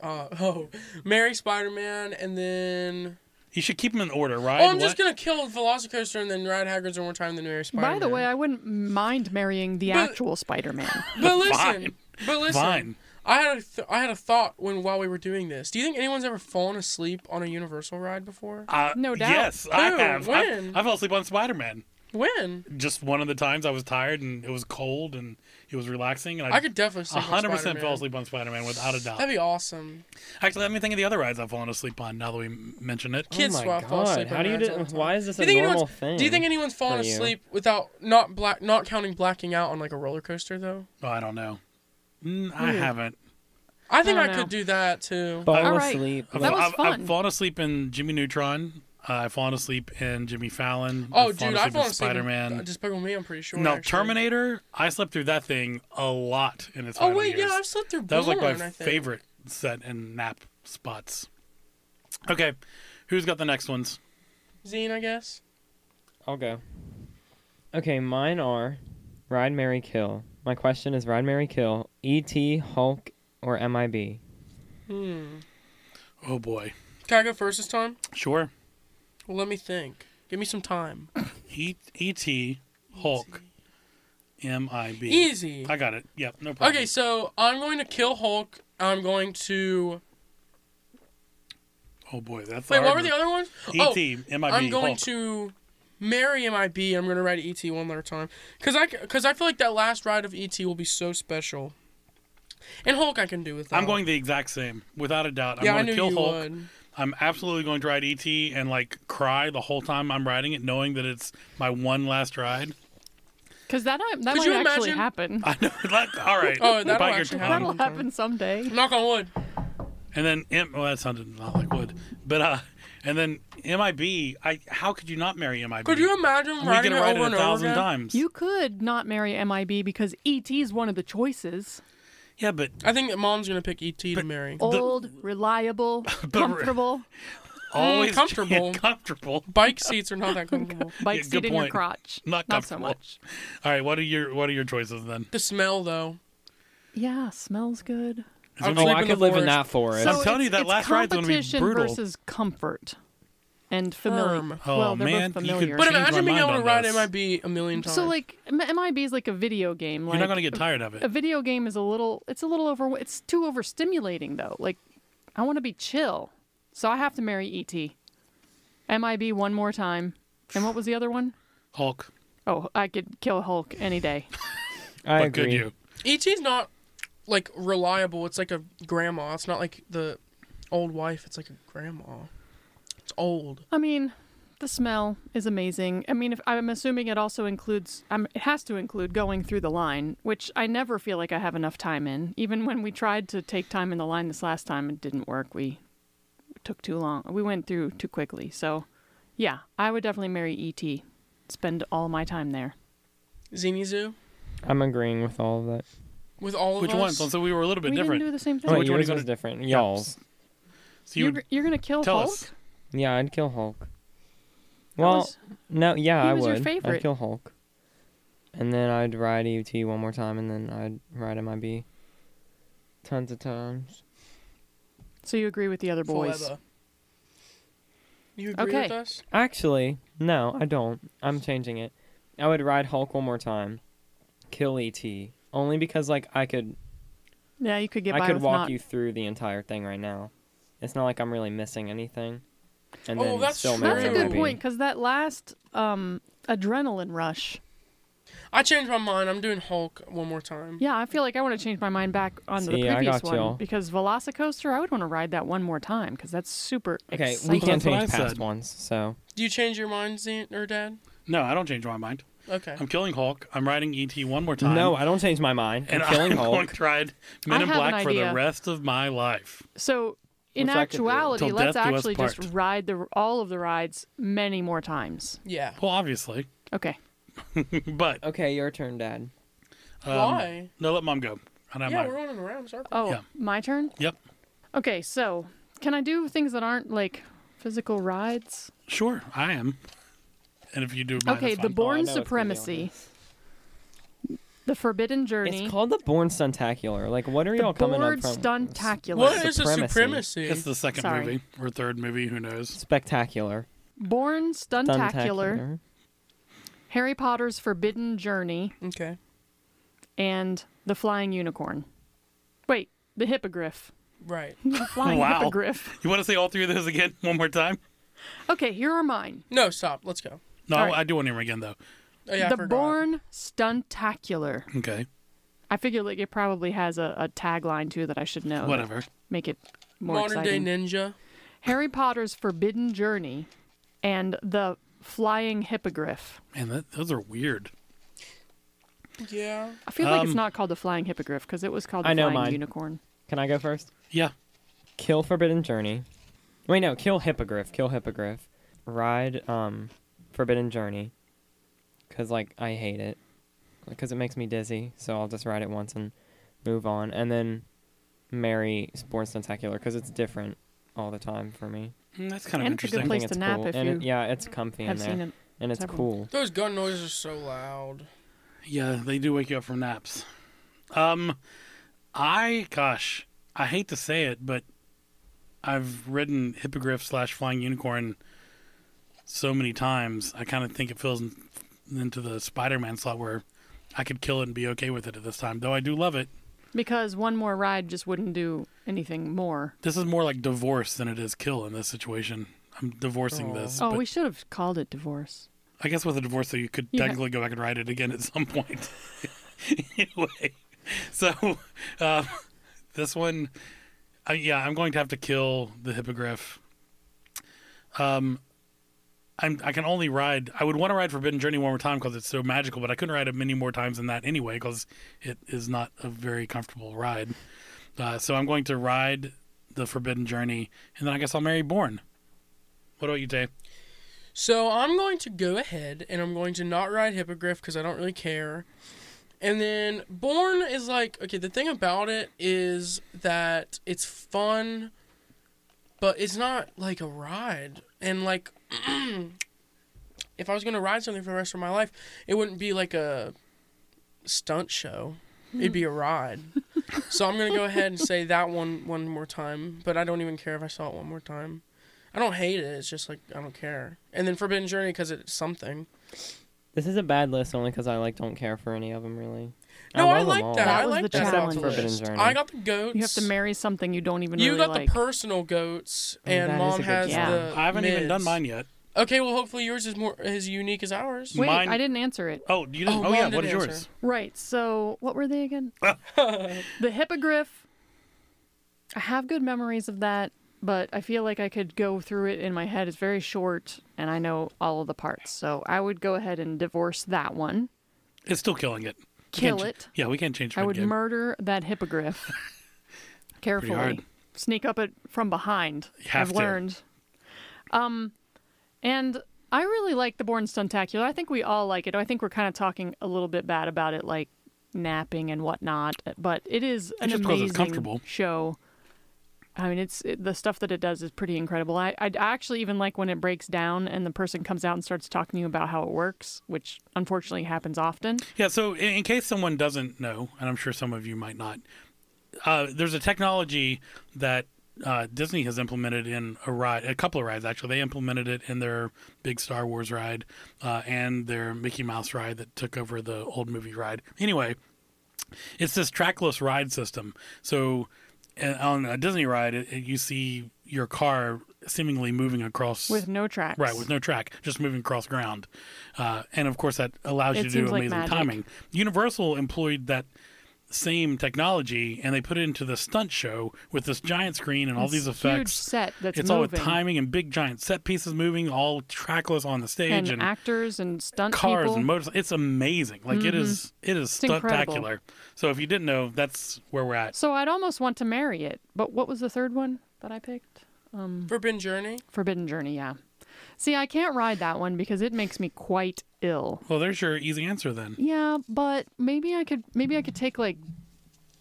Speaker 4: Uh, oh, marry Spider Man, and then.
Speaker 1: You should keep them in order, right?
Speaker 4: Oh, I'm just gonna kill Velocicoaster and then ride Hagrid's one more time, then marry Spider Man.
Speaker 3: By the way, I wouldn't mind marrying the
Speaker 4: But-
Speaker 3: actual Spider-Man.
Speaker 4: But listen,
Speaker 1: Fine.
Speaker 4: but listen.
Speaker 1: Fine.
Speaker 4: I had a th- I had a thought when while we were doing this. Do you think anyone's ever fallen asleep on a Universal ride before?
Speaker 1: Uh,
Speaker 3: No doubt.
Speaker 1: Yes, I
Speaker 4: Ew,
Speaker 1: have. I-
Speaker 4: when?
Speaker 1: I, fell asleep on Spider Man.
Speaker 4: When?
Speaker 1: Just one of the times I was tired and it was cold and it was relaxing, and I,
Speaker 4: I could definitely sleep.
Speaker 1: 100%
Speaker 4: on
Speaker 1: fell
Speaker 4: Spider-Man.
Speaker 1: asleep on Spider Man without a doubt.
Speaker 4: That'd be awesome.
Speaker 1: Actually, let me think of the other rides I've fallen asleep on now that we m- mention it.
Speaker 4: Kids
Speaker 2: oh my
Speaker 4: swap fall
Speaker 2: God.
Speaker 4: asleep
Speaker 2: How
Speaker 4: on
Speaker 2: do you
Speaker 4: rides
Speaker 2: do?
Speaker 4: all the time.
Speaker 2: Why is this
Speaker 4: Do
Speaker 2: a
Speaker 4: you think
Speaker 2: normal
Speaker 4: anyone's
Speaker 2: thing?
Speaker 4: Do you think anyone's fallen
Speaker 2: for you?
Speaker 4: asleep without not black not counting blacking out on like a roller coaster though?
Speaker 1: Oh, I don't know. Mm, I
Speaker 4: Hmm.
Speaker 1: haven't.
Speaker 4: I think
Speaker 3: I
Speaker 4: I,
Speaker 3: don't know.
Speaker 4: could do that too.
Speaker 2: fall
Speaker 3: All right.
Speaker 2: asleep?
Speaker 3: That
Speaker 1: I've,
Speaker 3: was
Speaker 1: I've,
Speaker 3: fun.
Speaker 1: I've fallen asleep in Jimmy Neutron. Uh, I've fallen asleep in Jimmy Fallon. I've
Speaker 4: oh, dude,
Speaker 1: fallen
Speaker 4: I've
Speaker 1: asleep in
Speaker 4: fallen asleep.
Speaker 1: Spider Man.
Speaker 4: Just Despicable Me, I'm pretty sure.
Speaker 1: No,
Speaker 4: actually.
Speaker 1: Terminator. I slept through that thing a lot in its.
Speaker 4: Oh
Speaker 1: final
Speaker 4: wait,
Speaker 1: years.
Speaker 4: yeah, I've slept through.
Speaker 1: That was like my
Speaker 4: Bourne, I think.
Speaker 1: favorite set and nap spots. Okay, who's got the next ones?
Speaker 4: Zine, I guess.
Speaker 2: I'll go. Okay, mine are Ride Mary Kill. My question is Ride Mary Kill, E.T., Hulk, or MIB?
Speaker 4: Hmm.
Speaker 1: Oh boy,
Speaker 4: Can I go first this time?
Speaker 1: sure.
Speaker 4: Well, let me think. Give me some time.
Speaker 1: E E T Hulk M I B.
Speaker 4: Easy.
Speaker 1: I got it. Yep, no problem.
Speaker 4: Okay, so I'm going to kill Hulk. I'm going to.
Speaker 1: Oh boy, that's
Speaker 4: Wait,
Speaker 1: hard.
Speaker 4: what were the other ones? Oh,
Speaker 1: E T M I B.
Speaker 4: I'm going
Speaker 1: Hulk.
Speaker 4: to marry MIB. I'm going to ride ET one more time because I because I feel like that last ride of ET will be so special. And Hulk, I can do with. That.
Speaker 1: I'm going the exact same, without a doubt. I'm
Speaker 4: uh, yeah, I
Speaker 1: going
Speaker 4: knew
Speaker 1: to kill
Speaker 4: you
Speaker 1: Hulk.
Speaker 4: would.
Speaker 1: I'm absolutely going to ride ET and like cry the whole time I'm riding it, knowing that it's my one last ride.
Speaker 3: Because that uh, that might
Speaker 4: you
Speaker 3: actually
Speaker 4: imagine-
Speaker 3: happen.
Speaker 1: I know. That, all right.
Speaker 4: Oh, that'll
Speaker 1: bite your
Speaker 4: actually
Speaker 1: tongue.
Speaker 3: That'll happen someday.
Speaker 4: Knock on wood.
Speaker 1: And then M. Well, that sounded not like wood, but uh, and then MIB. I how could you not marry MIB?
Speaker 4: Could you imagine
Speaker 1: We
Speaker 4: riding
Speaker 1: could
Speaker 4: it
Speaker 1: ride
Speaker 4: over
Speaker 1: it
Speaker 4: and
Speaker 1: a thousand
Speaker 4: over again?
Speaker 1: times.
Speaker 3: You could not marry MIB because ET is one of the choices.
Speaker 1: yeah, but
Speaker 4: I think that mom's gonna pick ET to marry.
Speaker 3: Old, reliable, comfortable,
Speaker 1: always
Speaker 4: comfortable.
Speaker 1: comfortable.
Speaker 4: Bike seats are not that
Speaker 3: Oh
Speaker 4: comfortable.
Speaker 3: bike
Speaker 1: Yeah, good
Speaker 3: seat in your
Speaker 1: point.
Speaker 3: crotch.
Speaker 1: Not
Speaker 3: so
Speaker 1: comfortable.
Speaker 3: much.
Speaker 1: All right, what are your what are your choices then?
Speaker 4: the smell though.
Speaker 3: Yeah, smells good.
Speaker 4: I would
Speaker 2: Oh,
Speaker 4: sleep
Speaker 2: I
Speaker 4: in
Speaker 2: could
Speaker 4: the
Speaker 2: live in
Speaker 4: forest.
Speaker 2: that forest.
Speaker 1: So- I'm telling you, that
Speaker 3: it's
Speaker 1: last ride's gonna be
Speaker 3: competition
Speaker 1: brutal.
Speaker 3: versus comfort and familiar.
Speaker 4: Firm.
Speaker 1: Oh,
Speaker 3: well, they're
Speaker 1: man, you
Speaker 3: both
Speaker 1: could
Speaker 3: familiar.
Speaker 4: But
Speaker 1: Change my
Speaker 4: imagine being
Speaker 1: mind
Speaker 4: able to
Speaker 1: on
Speaker 4: ride
Speaker 1: this.
Speaker 4: MIB a million times.
Speaker 3: so like M- MIB is like a video game. Like
Speaker 1: You're not gonna get tired of
Speaker 3: a
Speaker 1: it.
Speaker 3: video game is a little it's a little over it's too overstimulating though like i want to be chill so i have to marry E et mib one more time and what was the other one?
Speaker 1: Hulk,
Speaker 3: Oh, i could kill hulk any day
Speaker 2: I
Speaker 1: but could
Speaker 2: agree.
Speaker 1: you?
Speaker 4: ET's E not like reliable. It's like a grandma. It's not like the old wife. It's like a grandma. It's old.
Speaker 3: i mean the smell is amazing i mean if i'm assuming it also includes um, it has to include going through the line which i never feel like i have enough time in even when we tried to take time in the line this last time it didn't work we it took too long we went through too quickly so yeah i would definitely marry et spend all my time there
Speaker 4: Zini Zoo
Speaker 2: I'm agreeing with all of that.
Speaker 4: with all of
Speaker 1: Which
Speaker 4: us.
Speaker 1: ones? So we were a little bit
Speaker 3: we
Speaker 1: different.
Speaker 3: didn't do the same thing.
Speaker 2: Oh,
Speaker 1: which one are you
Speaker 2: yours
Speaker 1: gonna-
Speaker 2: was different. Y'all's.
Speaker 1: so you
Speaker 3: you're,
Speaker 1: would
Speaker 3: you're gonna kill
Speaker 1: tell
Speaker 3: Hulk?
Speaker 1: us.
Speaker 2: Yeah, I'd kill Hulk.
Speaker 3: That
Speaker 2: Well,
Speaker 3: was-
Speaker 2: no, yeah,
Speaker 3: he
Speaker 2: I
Speaker 3: was your
Speaker 2: would.
Speaker 3: favorite.
Speaker 2: I'd kill Hulk. And then I'd ride ET one more time, and then I'd ride MIB tons of times.
Speaker 3: so you agree with the other boys?
Speaker 4: Forever. You agree
Speaker 3: Okay.
Speaker 4: with us?
Speaker 2: Actually, no, I don't. I'm changing it. I would ride Hulk one more time, kill ET, only because like I could
Speaker 3: Yeah, you could get
Speaker 2: I
Speaker 3: by
Speaker 2: could
Speaker 3: with
Speaker 2: walk
Speaker 3: not.
Speaker 2: you through the entire thing right now. It's not like I'm really missing anything. And
Speaker 4: Oh,
Speaker 2: then
Speaker 4: that's
Speaker 2: still
Speaker 4: true.
Speaker 3: That's
Speaker 2: marry
Speaker 3: a good
Speaker 2: MIB.
Speaker 3: point because that last um, adrenaline rush
Speaker 4: I changed my mind. I'm doing Hulk one more time.
Speaker 3: Yeah, I feel like I want to change my mind back onto
Speaker 2: See,
Speaker 3: the
Speaker 2: I
Speaker 3: previous
Speaker 2: got
Speaker 3: one
Speaker 2: y'all.
Speaker 3: because Velocicoaster, I would want to ride that one more time because that's super.
Speaker 2: Okay, we
Speaker 3: exciting.
Speaker 2: can't
Speaker 1: That's what
Speaker 2: change
Speaker 1: I
Speaker 2: past
Speaker 1: said.
Speaker 2: ones, so
Speaker 4: Do you change your mind, Zane or Dad?
Speaker 1: No, I don't change my mind.
Speaker 4: Okay.
Speaker 1: I'm killing Hulk. I'm riding ET one more time.
Speaker 2: no, I don't change my mind.
Speaker 1: and
Speaker 2: I'm killing
Speaker 1: I'm going
Speaker 2: Hulk.
Speaker 1: to ride Men
Speaker 3: I
Speaker 1: in
Speaker 3: have an
Speaker 1: Black for the
Speaker 3: idea.
Speaker 1: rest of my life.
Speaker 3: So in
Speaker 2: Which I could do.
Speaker 3: actuality,
Speaker 1: Till death
Speaker 3: let's
Speaker 1: do us
Speaker 3: actually just
Speaker 1: part.
Speaker 3: ride the all of the rides many more times.
Speaker 4: Yeah.
Speaker 1: Well, obviously,
Speaker 3: Okay.
Speaker 1: but
Speaker 2: Okay, your turn, Dad.
Speaker 1: um,
Speaker 4: Why?
Speaker 1: No, let mom go. I don't
Speaker 4: Yeah,
Speaker 1: mind.
Speaker 4: we're running around. Sorry.
Speaker 3: Oh,
Speaker 1: Yeah.
Speaker 3: my turn.
Speaker 1: Yep.
Speaker 3: Okay, so can I do things that aren't like physical rides?
Speaker 1: Sure, I am. And if you do, mine,
Speaker 3: okay,
Speaker 1: it's fine.
Speaker 2: Oh, I
Speaker 3: the
Speaker 2: know
Speaker 3: Born
Speaker 2: it's gonna be on
Speaker 3: Supremacy, the Forbidden Journey,
Speaker 2: It's called the Born Stuntacular. Like, what are
Speaker 3: the
Speaker 2: y'all coming up
Speaker 3: Board
Speaker 2: from?
Speaker 3: Stuntacular,
Speaker 4: What is a
Speaker 2: Supremacy.
Speaker 4: supremacy?
Speaker 1: It's the second
Speaker 3: Sorry.
Speaker 1: movie or third movie. Who knows?
Speaker 2: Spectacular.
Speaker 3: Born Stuntacular,
Speaker 2: Stuntacular.
Speaker 3: Harry Potter's Forbidden Journey,
Speaker 4: okay.
Speaker 3: and the Flying Unicorn. Wait, the Hippogriff.
Speaker 4: Right.
Speaker 3: The Flying
Speaker 1: Wow.
Speaker 3: Hippogriff.
Speaker 1: You want to say all three of those again one more time?
Speaker 3: Okay, here are mine.
Speaker 4: No, stop. Let's go.
Speaker 1: No,
Speaker 3: All right.
Speaker 1: I do want to hear 'em again though.
Speaker 4: Oh, yeah, I
Speaker 3: the
Speaker 4: forgot.
Speaker 3: Born Stuntacular.
Speaker 1: Okay,
Speaker 3: I figure like it probably has a, a tagline too that I should know. that
Speaker 1: whatever.
Speaker 3: Make it more
Speaker 4: modern
Speaker 3: exciting.
Speaker 4: day ninja.
Speaker 3: Harry Potter's Forbidden Journey and the Flying Hippogriff.
Speaker 1: Man, that, those are weird.
Speaker 4: Yeah.
Speaker 3: I feel like it's
Speaker 1: Um,
Speaker 3: not called the Flying Hippogriff because it was called the
Speaker 2: I know
Speaker 3: Flying
Speaker 2: mine.
Speaker 3: Unicorn.
Speaker 2: Can I go first?
Speaker 1: Yeah,
Speaker 2: Kill Forbidden Journey. Wait, no, kill Hippogriff. Kill Hippogriff. Ride um, Forbidden Journey. Cause like I hate it, because it makes me dizzy. So I'll just ride it once and move on, and then marry Sports Spectacular because it's different all the time for me.
Speaker 1: Mm, that's kind of
Speaker 3: And it's a
Speaker 1: interesting.
Speaker 3: good
Speaker 2: I think
Speaker 3: place
Speaker 2: it's
Speaker 3: to nap
Speaker 2: cool.
Speaker 3: if
Speaker 2: and it-
Speaker 3: you
Speaker 2: yeah, it's comfy in
Speaker 3: I've
Speaker 2: there,
Speaker 3: seen it.
Speaker 2: and it's
Speaker 3: several.
Speaker 2: cool.
Speaker 4: Those gun noises are so loud.
Speaker 1: Yeah, they do wake you up from naps. Um, I gosh, I hate to say it, but I've ridden hippogriff slash flying unicorn so many times. I kind of think it fills in, into the Spider-Man slot where I could kill it and be okay with it at this time. Though I do love it.
Speaker 3: Because one more ride just wouldn't do anything more.
Speaker 1: This is more like divorce than it is kill in this situation. I'm divorcing this.
Speaker 3: Oh,
Speaker 1: but
Speaker 3: we should have called it divorce.
Speaker 1: I guess with a divorce, though, you could
Speaker 3: Yeah.
Speaker 1: technically go back and write it again at some point. anyway, so uh, this one, uh, yeah, I'm going to have to kill the hippogriff. Um, I'm I can only ride. I would want to ride Forbidden Journey one more time because it's so magical, but I couldn't ride it many more times than that anyway because it is not a very comfortable ride. Uh, so I'm going to ride the Forbidden Journey, and then I guess I'll marry Born. What about you, Dave?
Speaker 4: So I'm going to go ahead and I'm going to not ride Hippogriff because I don't really care. And then Born is like, okay, the thing about it is that it's fun, but it's not like a ride. And like, if I was going to ride something for the rest of my life, it wouldn't be like a stunt show. It'd be a ride. so I'm going to go ahead and say that one one more time, but I don't even care if I saw it one more time. I don't hate it. It's just like I don't care. And then Forbidden Journey because it's something.
Speaker 2: This is a bad list only because I like don't care for any of them really. Oh,
Speaker 4: No, I,
Speaker 2: love 'em
Speaker 4: like
Speaker 2: all.
Speaker 4: that.
Speaker 3: That
Speaker 4: I
Speaker 3: was
Speaker 4: like
Speaker 3: the
Speaker 4: that.
Speaker 3: challenge.
Speaker 4: about
Speaker 2: Forbidden
Speaker 4: list.
Speaker 2: Journey.
Speaker 4: I got the goats.
Speaker 3: You have to marry something you don't even
Speaker 4: You
Speaker 3: really
Speaker 4: got
Speaker 3: like.
Speaker 4: the personal goats,
Speaker 2: Oh,
Speaker 4: and
Speaker 2: that is a
Speaker 4: mom
Speaker 2: good
Speaker 4: has
Speaker 3: one.
Speaker 4: the.
Speaker 1: I haven't even done
Speaker 4: mids.
Speaker 1: mine yet.
Speaker 4: Okay, well, hopefully yours is more as unique as ours.
Speaker 3: Wait,
Speaker 1: Mine-
Speaker 3: I didn't answer it.
Speaker 1: Oh, you didn't.
Speaker 4: Oh,
Speaker 1: Oh, yeah.
Speaker 4: mine
Speaker 1: What is
Speaker 4: did answer.
Speaker 1: yours?
Speaker 3: Right. So, what were they again? the hippogriff. I have good memories of that, but I feel like I could go through it in my head. It's very short, and I know all of the parts. So, I would go ahead and divorce that one.
Speaker 1: It's still killing it. We
Speaker 3: Kill
Speaker 1: can't cha-
Speaker 3: it.
Speaker 1: yeah, we can't change.
Speaker 3: I would
Speaker 1: murder.
Speaker 3: murder that hippogriff carefully.
Speaker 1: hard.
Speaker 3: Sneak up it from behind.
Speaker 1: You have
Speaker 3: I've
Speaker 1: to.
Speaker 3: learned. Um, and I really like the Born Stuntacular. I think we all like it. I think we're kind of talking a little bit bad about it, like napping and whatnot. But it is an
Speaker 1: just 'cause it's
Speaker 3: amazing
Speaker 1: comfortable.
Speaker 3: show. I mean, it's it, the stuff that it does is pretty incredible. I, I actually even like when it breaks down and the person comes out and starts talking to you about how it works, which unfortunately happens often.
Speaker 1: Yeah. So, in, in case someone doesn't know, and I'm sure some of you might not, uh, there's a technology that uh, Disney has implemented in a ride, a couple of rides actually. They implemented it in their big Star Wars ride uh, and their Mickey Mouse ride that took over the old movie ride. Anyway, it's this trackless ride system. So and on a Disney ride, it, it- you see your car seemingly moving across
Speaker 3: with no tracks.
Speaker 1: right with no track, just moving across ground, uh, and of course that allows you
Speaker 3: It
Speaker 1: to do
Speaker 3: seems like
Speaker 1: amazing
Speaker 3: magic.
Speaker 1: timing. Universal employed that same technology, and they put it into the stunt show with this giant screen and all
Speaker 3: It's
Speaker 1: these
Speaker 3: a Huge
Speaker 1: effects.
Speaker 3: set that's
Speaker 1: It's all with
Speaker 3: moving.
Speaker 1: timing and big giant set pieces moving, all trackless on the stage,
Speaker 3: and, actors and stunt
Speaker 1: cars
Speaker 3: people. Mm-hmm.
Speaker 1: and motorcycles. It's amazing. Like it is, it is
Speaker 3: incredible.
Speaker 1: spectacular. So if you didn't know, that's where we're at.
Speaker 3: so I'd almost want to marry it. But what was the third one that I picked?
Speaker 4: Forbidden Journey.
Speaker 3: Forbidden Journey, yeah. See, I can't ride that one because it makes me quite ill.
Speaker 1: Well, there's your easy answer then.
Speaker 3: Yeah, but maybe I could maybe I could take like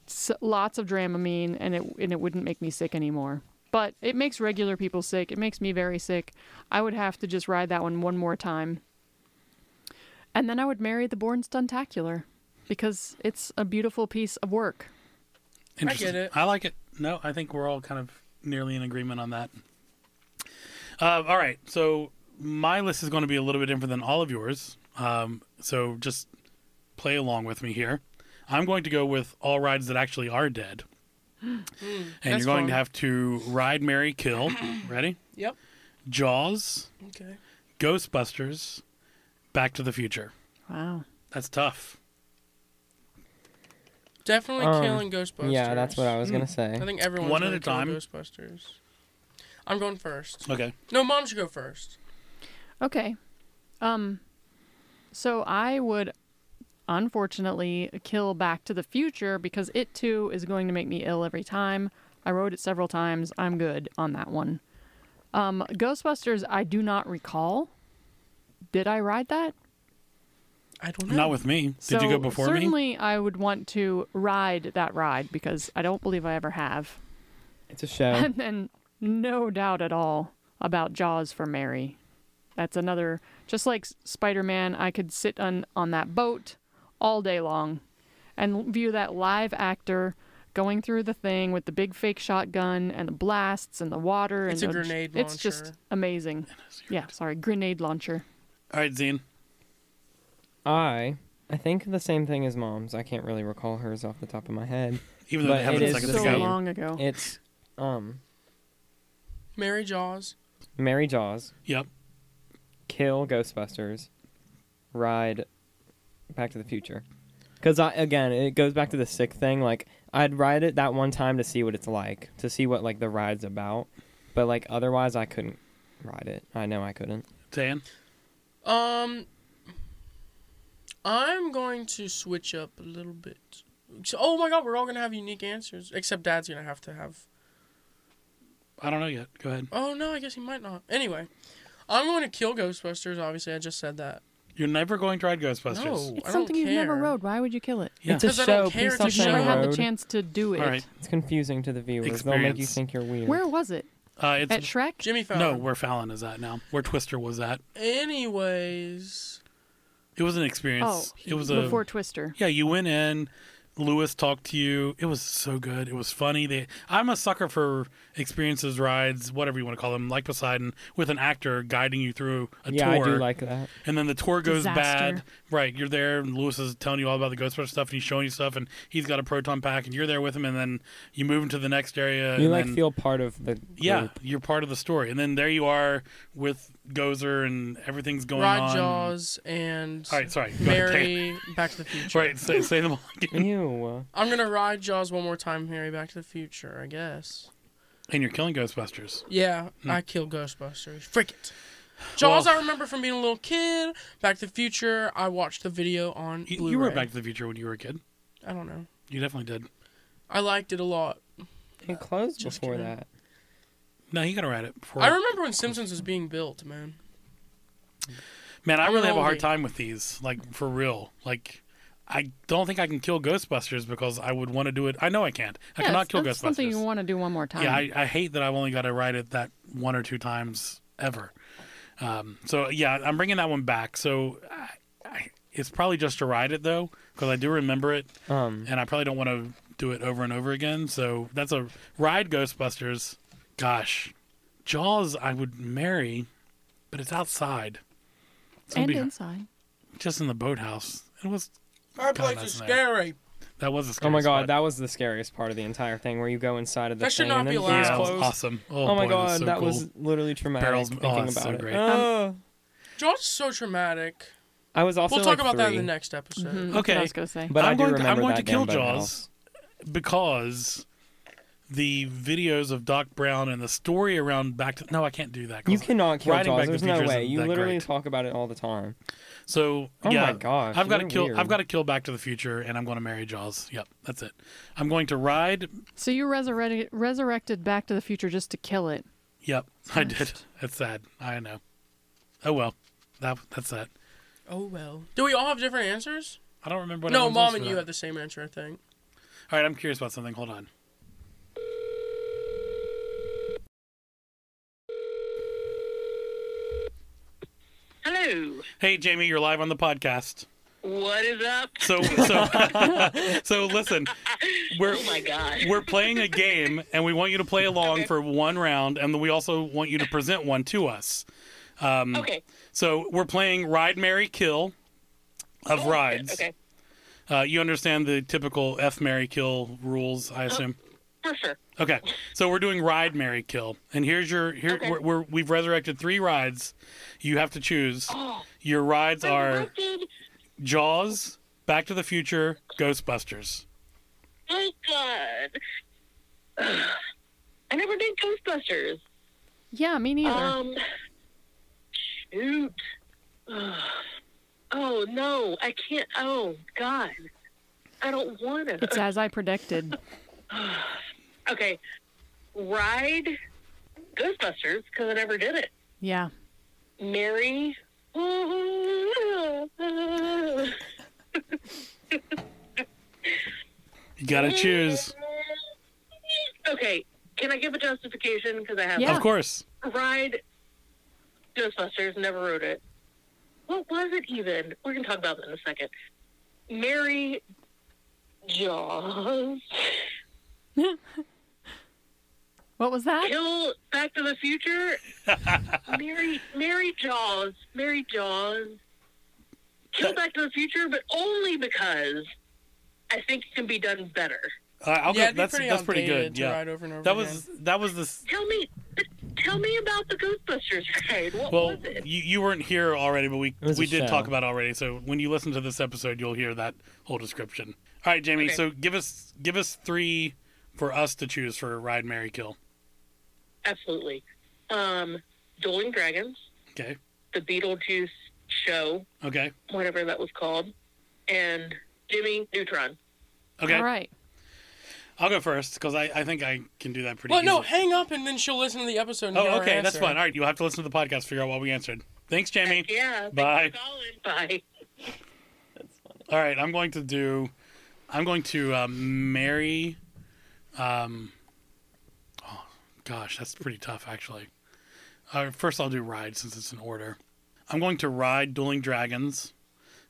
Speaker 3: s- lots of Dramamine and it and it wouldn't make me sick anymore. But it makes regular people sick. It makes me very sick. I would have to just ride that one one more time. And then I would marry the Born Stuntacular because it's a beautiful piece of work.
Speaker 1: Interesting.
Speaker 4: it.
Speaker 1: I like it. No, I think we're all kind of nearly in agreement on that. Uh, all right. So my list is going to be a little bit different than all of yours. Um, so just play along with me here. I'm going to go with all rides that actually are dead. and
Speaker 4: that's
Speaker 1: you're going
Speaker 4: fun.
Speaker 1: to have to ride, marry, kill. Ready?
Speaker 4: Yep.
Speaker 1: Jaws,
Speaker 4: Okay.
Speaker 1: Ghostbusters, Back to the Future.
Speaker 3: Wow.
Speaker 1: That's tough.
Speaker 4: Definitely
Speaker 2: Um,
Speaker 4: killing Ghostbusters.
Speaker 2: Yeah, that's what I was gonna say.
Speaker 4: Hmm. I think everyone.
Speaker 1: One at a time.
Speaker 4: Ghostbusters. I'm going first.
Speaker 1: Okay.
Speaker 4: No, mom should go first.
Speaker 3: Okay. Um so I would unfortunately kill Back to the Future because it too is going to make me ill every time. I rode it several times. I'm good on that one. Um Ghostbusters I do not recall. Did I ride that?
Speaker 4: I don't know.
Speaker 1: Not with me. Did
Speaker 3: so
Speaker 1: you go before me?
Speaker 3: certainly I would want to ride that ride because I don't believe I ever have.
Speaker 2: It's a show.
Speaker 3: And then no doubt at all about Jaws for Mary. That's another just like Spider Man, I could sit on, on that boat all day long and view that live actor going through the thing with the big fake shotgun and the blasts and the water
Speaker 4: It's
Speaker 3: and
Speaker 4: a
Speaker 3: the-
Speaker 4: grenade
Speaker 3: It's just
Speaker 4: launcher.
Speaker 3: amazing. Yeah, sorry, grenade launcher.
Speaker 1: All right, Zine.
Speaker 2: I I think the same thing as mom's. I can't really recall hers off the top of my head.
Speaker 1: Even though
Speaker 2: But
Speaker 1: they
Speaker 2: it
Speaker 1: haven't
Speaker 2: is
Speaker 1: seconds
Speaker 2: the
Speaker 1: ago.
Speaker 3: so
Speaker 2: same.
Speaker 3: long ago.
Speaker 2: It's um
Speaker 4: Mary Jaws.
Speaker 2: marry Jaws,
Speaker 1: Yep.
Speaker 2: kill Ghostbusters, ride Back to the Future. Because I again, it goes back to the sick thing. Like I'd ride it that one time to see what it's like, to see what like the ride's about. But like otherwise, I couldn't ride it. I know I couldn't.
Speaker 1: Dan.
Speaker 4: Um, I'm going to switch up a little bit. So- oh my God, we're all gonna have unique answers, except Dad's gonna have to have.
Speaker 1: I don't know yet. Go ahead.
Speaker 4: Oh no, I guess he might not. Anyway, I'm going to kill Ghostbusters. Obviously, I just said that.
Speaker 1: You're never going to ride Ghostbusters.
Speaker 4: No.
Speaker 3: it's
Speaker 4: I don't
Speaker 3: something you've never
Speaker 4: care.
Speaker 3: rode. Why would you kill it?
Speaker 1: Yeah.
Speaker 2: It's a
Speaker 4: 'Cause I don't
Speaker 2: show. Please
Speaker 4: care if you
Speaker 2: stop
Speaker 3: You've
Speaker 2: saying
Speaker 3: never had
Speaker 2: road.
Speaker 3: the chance to do it.
Speaker 1: All right.
Speaker 2: It's confusing to the viewers. They'll make you
Speaker 1: Experience.
Speaker 2: think you're weird.
Speaker 3: Where was it?
Speaker 1: Uh, it's
Speaker 3: At Shrek?
Speaker 4: Jimmy Fallon.
Speaker 1: no. Where Fallon is at now. Where Twister was at.
Speaker 4: Anyways,
Speaker 1: It was an experience.
Speaker 3: Oh,
Speaker 1: it was a.
Speaker 3: Before Twister.
Speaker 1: yeah, you went in. Lewis talked to you. It was so good. It was funny. They, I'm a sucker for experiences, rides, whatever you want to call them, like Poseidon, with an actor guiding you through a
Speaker 2: yeah,
Speaker 1: tour.
Speaker 2: I do like that.
Speaker 1: And then the tour goes
Speaker 3: Disaster.
Speaker 1: bad. Right, you're there, and Lewis is telling you all about the Ghostbuster stuff, and he's showing you stuff, and he's got a proton pack, and you're there with him, and then you move into the next area.
Speaker 2: You
Speaker 1: and
Speaker 2: like
Speaker 1: then,
Speaker 2: feel part of the
Speaker 1: yeah,
Speaker 2: group.
Speaker 1: you're part of the story, and then there you are with Gozer, and everything's going
Speaker 4: Rod
Speaker 1: on.
Speaker 4: Jaws and
Speaker 1: All right, sorry, go ahead, Dan.
Speaker 4: Mary Back to the Future.
Speaker 1: Right, say, say them all again.
Speaker 2: Ew.
Speaker 4: I'm gonna ride Jaws one more time, Mary Back to the Future. I guess.
Speaker 1: And you're killing Ghostbusters.
Speaker 4: Yeah,
Speaker 1: Hmm.
Speaker 4: I kill Ghostbusters. Frick it. Jaws, I remember from being a little kid. Back to the Future, I watched the video on
Speaker 1: You,
Speaker 4: Blu-ray.
Speaker 1: you were Back to the Future when you were a kid.
Speaker 4: I don't know.
Speaker 1: You definitely did.
Speaker 4: I liked it a lot.
Speaker 2: It closed
Speaker 4: Just
Speaker 2: before
Speaker 4: kidding.
Speaker 2: that.
Speaker 1: No, he got to ride it. Before.
Speaker 4: I remember when Simpsons was being built, man.
Speaker 1: Man, I
Speaker 4: I'm
Speaker 1: really have a hard
Speaker 4: oldie.
Speaker 1: time with these. Like for real. Like. I don't think I can kill Ghostbusters because I would want to do it. I know I can't. I
Speaker 3: Yeah,
Speaker 1: cannot
Speaker 3: it's-
Speaker 1: kill
Speaker 3: that's
Speaker 1: Ghostbusters.
Speaker 3: something you want to do one more time.
Speaker 1: Yeah, I, I hate that I've only got to ride it that one or two times ever. Um, so yeah, I'm bringing that one back. So I, I, it's probably just to ride it though, because I do remember it,
Speaker 2: Um,
Speaker 1: and I probably don't want to do it over and over again. So that's a ride Ghostbusters. Gosh, Jaws I would marry, but it's outside. It's gonna
Speaker 3: and
Speaker 1: be
Speaker 3: inside.
Speaker 1: just in the boathouse. It was
Speaker 4: Our
Speaker 1: place
Speaker 4: place
Speaker 1: that's
Speaker 4: is
Speaker 1: is nice.
Speaker 4: scary.
Speaker 1: That was a
Speaker 2: Oh
Speaker 1: scary
Speaker 2: my god,
Speaker 1: spot.
Speaker 2: that was the scariest part of the entire thing where you go inside of the
Speaker 4: That should
Speaker 2: thing
Speaker 4: not
Speaker 2: and
Speaker 4: be
Speaker 2: then the
Speaker 4: allowed.
Speaker 2: door's
Speaker 1: yeah, that was
Speaker 2: closed.
Speaker 1: awesome. Oh,
Speaker 2: Oh, my
Speaker 1: boy, that
Speaker 2: god,
Speaker 1: was so
Speaker 2: that
Speaker 1: cool.
Speaker 2: was literally traumatic
Speaker 1: Barrels- oh,
Speaker 2: thinking
Speaker 1: it's
Speaker 2: about
Speaker 1: so
Speaker 2: it.
Speaker 1: great.
Speaker 2: Oh.
Speaker 4: Jaws is so traumatic.
Speaker 2: I was also
Speaker 4: We'll talk
Speaker 2: like
Speaker 4: about that in the
Speaker 2: three,
Speaker 4: next episode.
Speaker 3: Mhm, that's
Speaker 1: Okay.
Speaker 3: What I was gonna say.
Speaker 2: But
Speaker 1: I'm
Speaker 2: I do
Speaker 1: going to, I'm
Speaker 2: remember
Speaker 1: going
Speaker 2: that
Speaker 1: to kill
Speaker 2: damn
Speaker 1: Jaws
Speaker 2: boathouse.
Speaker 1: because the videos of Doc Brown and the story around Back to No, I can't do that. 'cause
Speaker 2: You cannot kill
Speaker 1: Riding
Speaker 2: Jaws.
Speaker 1: Back to
Speaker 2: There's
Speaker 1: the
Speaker 2: no
Speaker 1: Future
Speaker 2: way.
Speaker 1: isn't
Speaker 2: You
Speaker 1: that
Speaker 2: literally
Speaker 1: great.
Speaker 2: talk about it all the time.
Speaker 1: So
Speaker 2: Oh my
Speaker 1: yeah,
Speaker 2: gosh,
Speaker 1: I've got to
Speaker 2: you're
Speaker 1: kill. I've
Speaker 2: weird.
Speaker 1: got to kill Back to the Future, and I'm going to marry Jaws. Yep, that's it. I'm going to ride.
Speaker 3: So you resurrected resurrected Back to the Future just to kill it.
Speaker 1: Yep, I did. That's sad. I know. Oh well, that that's that.
Speaker 4: Oh well. Do we all have different answers?
Speaker 1: I don't remember. what
Speaker 4: no,
Speaker 1: everyone's
Speaker 4: mom
Speaker 1: was
Speaker 4: and
Speaker 1: for
Speaker 4: you
Speaker 1: that.
Speaker 4: have the same answer, I think.
Speaker 1: All right, I'm curious about something. Hold on.
Speaker 5: Hello.
Speaker 1: Hey, Jamie, you're live on the podcast.
Speaker 5: What is up?
Speaker 1: So so so listen, we're
Speaker 5: Oh my god.
Speaker 1: we're playing a game, and we want you to play along for one round, and then we also want you to present one to us.
Speaker 5: Okay.
Speaker 1: So we're playing Ride, Mary, Kill of rides.
Speaker 5: Oh, Okay.
Speaker 1: Uh, you understand the typical F Mary Kill rules,
Speaker 5: Oh.
Speaker 1: I assume.
Speaker 5: For sure.
Speaker 1: Okay, so we're doing Ride Mary Kill, and here's your here
Speaker 5: Okay.
Speaker 1: we're, we're we've resurrected three rides. You have to choose. Your rides
Speaker 5: Oh,
Speaker 1: are
Speaker 5: Resurrected.
Speaker 1: Jaws, Back to the Future, Ghostbusters.
Speaker 5: My god. I never did Ghostbusters.
Speaker 3: Yeah, me neither.
Speaker 5: Um. Shoot. Oh no, I can't. Oh god. I don't want to.
Speaker 3: it's as I predicted.
Speaker 5: Okay. Ride Ghostbusters because I never did it.
Speaker 3: Yeah.
Speaker 5: Mary.
Speaker 1: You gotta
Speaker 5: Mm-hmm.
Speaker 1: choose.
Speaker 5: Okay, can I give a justification? Because I have
Speaker 3: Yeah.
Speaker 1: Of course.
Speaker 5: ride Ghostbusters, never wrote it. What was it even? We're gonna talk about that in a second. Mary Jaws.
Speaker 3: What was that?
Speaker 5: Kill Back to the Future. Mary Mary Jaws. Mary Jaws. Kill Back to the Future, but only because I think it can be done better.
Speaker 1: Uh, I'll
Speaker 4: yeah,
Speaker 1: go,
Speaker 4: it'd be
Speaker 1: that's
Speaker 4: pretty
Speaker 1: that's pretty
Speaker 4: outdated
Speaker 1: good.
Speaker 4: to
Speaker 1: Yeah.
Speaker 4: ride over and over
Speaker 1: that
Speaker 4: again.
Speaker 1: was that was this
Speaker 5: Tell me, tell me about the Ghostbusters ride. What
Speaker 1: Well,
Speaker 5: was it?
Speaker 1: you, you weren't here already, but we
Speaker 2: It was
Speaker 1: we
Speaker 2: a
Speaker 1: did
Speaker 2: show.
Speaker 1: talk about it already. So when you listen to this episode, you'll hear that whole description. All right, Jamie.
Speaker 5: Okay.
Speaker 1: So give us give us three for us to choose for Ride, Mary, Kill.
Speaker 5: Absolutely. Um, Dueling Dragons,
Speaker 1: Okay.
Speaker 5: the Beetlejuice show,
Speaker 1: Okay.
Speaker 5: whatever that was called, and Jimmy Neutron.
Speaker 1: Okay.
Speaker 3: All right.
Speaker 1: I'll go first because I, I think I can do that pretty.
Speaker 4: Well, no,
Speaker 1: easily.
Speaker 4: hang up and then she'll listen to the episode. And hear
Speaker 1: Oh,
Speaker 4: our
Speaker 1: okay. That's
Speaker 4: answer.
Speaker 1: fine. All right, you'll have to listen to the podcast to figure out what we answered. Thanks, Jamie.
Speaker 5: Yeah.
Speaker 1: Bye.
Speaker 5: Thanks for calling. Bye.
Speaker 1: All right, I'm going to do. I'm going to um, marry. Um, oh gosh, that's pretty tough actually. Uh, first, I'll do ride since it's in order. I'm going to ride Dueling Dragons.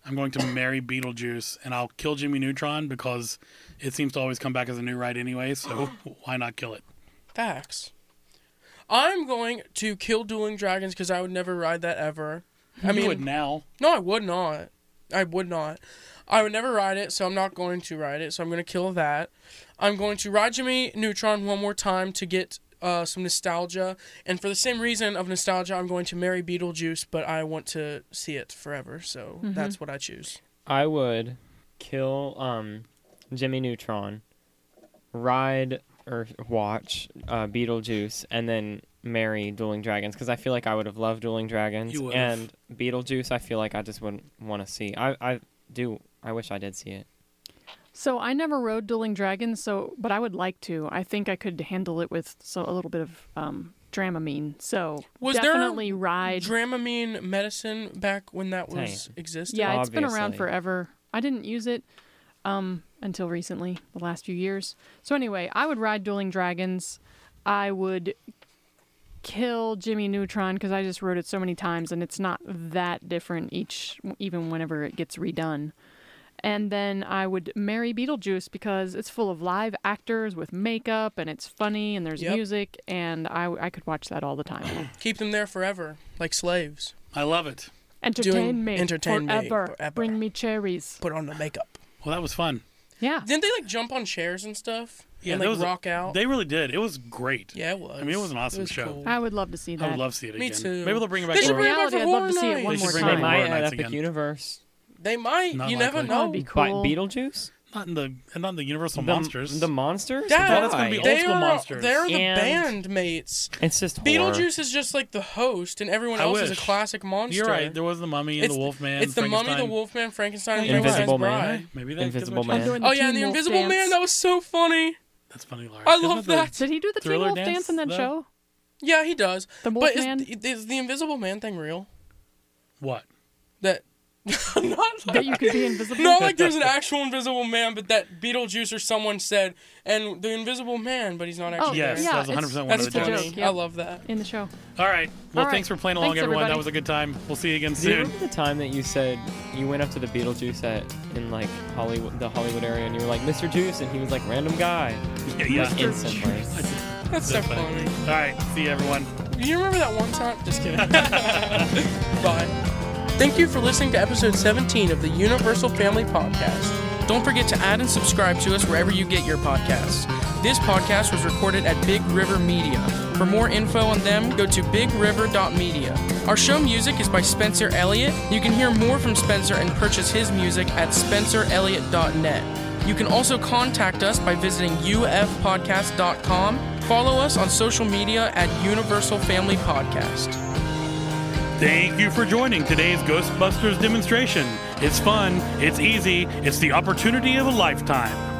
Speaker 1: I'm going to marry Beetlejuice, and I'll kill Jimmy Neutron because it seems to always come back as a new ride anyway. So why not kill it?
Speaker 4: Facts. I'm going to kill Dueling Dragons because I would never ride that ever. I
Speaker 1: you
Speaker 4: mean,
Speaker 1: would now.
Speaker 4: no, I would not. I would not. I would never ride it, so I'm not going to ride it. So I'm going to kill that. I'm going to ride Jimmy Neutron one more time to get uh, some nostalgia, and for the same reason of nostalgia, I'm going to marry Beetlejuice. But I want to see it forever, so
Speaker 1: Mm-hmm.
Speaker 4: that's what I choose.
Speaker 2: I would kill um Jimmy Neutron, ride or watch uh, Beetlejuice, and then marry Dueling Dragons because I feel like I would have loved Dueling Dragons
Speaker 1: You would've.
Speaker 2: and Beetlejuice. I feel like I just wouldn't want to see. I I do. I wish I did see it.
Speaker 3: So I never rode Dueling Dragons, so but I would like to. I think I could handle it with so a little bit of um, Dramamine. So
Speaker 4: Was there
Speaker 3: definitely ride.
Speaker 4: Dramamine medicine back when that was
Speaker 2: Dang.
Speaker 4: existed.
Speaker 3: yeah, it's been around
Speaker 2: Obviously.
Speaker 3: forever. I didn't use it um, until recently, the last few years. So anyway, I would ride Dueling Dragons. I would kill Jimmy Neutron because I just rode it so many times, and it's not that different each, even whenever it gets redone. And then I would marry Beetlejuice because it's full of live actors with makeup and it's funny and there's
Speaker 4: Yep.
Speaker 3: music and I, I could watch that all the time.
Speaker 4: Keep them there forever, like slaves.
Speaker 1: I love it.
Speaker 3: Entertain me,
Speaker 4: entertain me
Speaker 3: forever.
Speaker 4: forever.
Speaker 3: Bring me cherries.
Speaker 4: Put on the makeup.
Speaker 1: Well, that was fun.
Speaker 3: Yeah.
Speaker 4: Didn't they like jump on chairs and stuff?
Speaker 1: Yeah,
Speaker 4: and,
Speaker 1: that
Speaker 4: like
Speaker 1: was a-
Speaker 4: rock out.
Speaker 1: They really did. It was great.
Speaker 4: yeah, it was.
Speaker 1: I mean, it was an awesome show.
Speaker 4: cool.
Speaker 3: I would love to see that.
Speaker 1: I would love to see it
Speaker 4: Me
Speaker 1: again.
Speaker 4: too.
Speaker 1: Maybe they'll bring it back.
Speaker 4: They
Speaker 1: to
Speaker 4: should
Speaker 1: our-
Speaker 4: bring it back
Speaker 3: reality,
Speaker 4: for
Speaker 3: I'd love
Speaker 4: horror
Speaker 3: to see it
Speaker 4: night.
Speaker 3: one
Speaker 1: They should
Speaker 3: more
Speaker 1: bring
Speaker 2: They
Speaker 1: back
Speaker 3: time.
Speaker 2: might
Speaker 1: Tomorrow
Speaker 2: add
Speaker 1: night's
Speaker 2: Epic
Speaker 1: again.
Speaker 2: Universe.
Speaker 4: They might.
Speaker 1: Not likely.
Speaker 4: you never
Speaker 1: That
Speaker 3: That
Speaker 4: know.
Speaker 3: would be
Speaker 2: Bi-
Speaker 3: cool.
Speaker 2: Beetlejuice?
Speaker 1: Not in the and not in the Universal
Speaker 2: The-
Speaker 1: Monsters.
Speaker 2: The monsters?
Speaker 4: That-
Speaker 1: No, that's gonna be
Speaker 2: Why?
Speaker 1: old
Speaker 4: They
Speaker 1: school
Speaker 4: are,
Speaker 1: monsters.
Speaker 4: They're the
Speaker 2: And-
Speaker 4: band mates.
Speaker 2: It's just horror.
Speaker 4: Beetlejuice is just like the host, and everyone
Speaker 1: I
Speaker 4: else is a
Speaker 1: wish.
Speaker 4: classic monster.
Speaker 1: You're right. There was the Mummy and
Speaker 4: It's-
Speaker 1: the Wolfman.
Speaker 4: it's the Mummy, the
Speaker 1: Frankenstein.
Speaker 4: Wolfman, Frankenstein, and
Speaker 2: Invisible
Speaker 4: Frankenstein's
Speaker 2: Man.
Speaker 4: Bride.
Speaker 1: Maybe that
Speaker 2: Invisible
Speaker 1: could-
Speaker 2: Man.
Speaker 3: I'm doing
Speaker 4: Oh yeah,
Speaker 3: Teen
Speaker 4: and the
Speaker 3: Wolf
Speaker 4: Invisible
Speaker 3: dance.
Speaker 4: Man. That was so funny.
Speaker 1: That's funny, Larry.
Speaker 4: I
Speaker 1: Isn't
Speaker 4: love
Speaker 1: the-
Speaker 4: that.
Speaker 3: Did he do the Teen
Speaker 1: Thriller
Speaker 3: Wolf
Speaker 1: dance?
Speaker 3: dance, in that
Speaker 1: No.
Speaker 3: show?
Speaker 4: Yeah, he does.
Speaker 3: The
Speaker 4: But is,
Speaker 3: Wolfman?
Speaker 4: is the Invisible Man thing real?
Speaker 1: What?
Speaker 4: That not
Speaker 3: that
Speaker 4: like,
Speaker 3: you could be invisible?
Speaker 4: not like there's an actual Invisible Man, but that Beetlejuice or someone said, and the Invisible Man, but he's not actually
Speaker 1: Yes,
Speaker 4: there.
Speaker 1: Oh, yeah. that was
Speaker 3: Oh, it's-
Speaker 1: 100% one
Speaker 4: That's
Speaker 1: of the
Speaker 3: it's a
Speaker 1: jokes.
Speaker 4: funny.
Speaker 3: joke, yeah.
Speaker 4: I love that.
Speaker 3: In the show.
Speaker 1: All right. Well,
Speaker 3: All right.
Speaker 1: thanks for playing along,
Speaker 3: Thanks,
Speaker 1: everyone. That
Speaker 3: everybody.
Speaker 1: was a good time. We'll see you again
Speaker 2: Do you
Speaker 1: soon.
Speaker 2: remember the time that you said you went up to the Beetlejuice at in like Hollywood, the Hollywood area, and you were like, "Mr. Juice," and he was like, "Random guy."
Speaker 1: Yeah, yeah.
Speaker 2: Instantly.
Speaker 4: That's so
Speaker 1: That's funny.
Speaker 4: funny.
Speaker 1: All right. See you, everyone.
Speaker 4: You remember that one time? Just kidding. Bye. Thank you for listening to episode 17 of the Universal Family Podcast. Don't forget to add and subscribe to us wherever you get your podcasts. This podcast was recorded at Big River Media. For more info on them, go to bigriver.media. Our show music is by Spencer Elliott. You can hear more from Spencer and purchase his music at spencerelliott.net. You can also contact us by visiting ufpodcast.com. Follow us on social media at Universal Family Podcast.
Speaker 1: Thank you for joining today's Ghostbusters demonstration. It's fun, it's easy, it's the opportunity of a lifetime.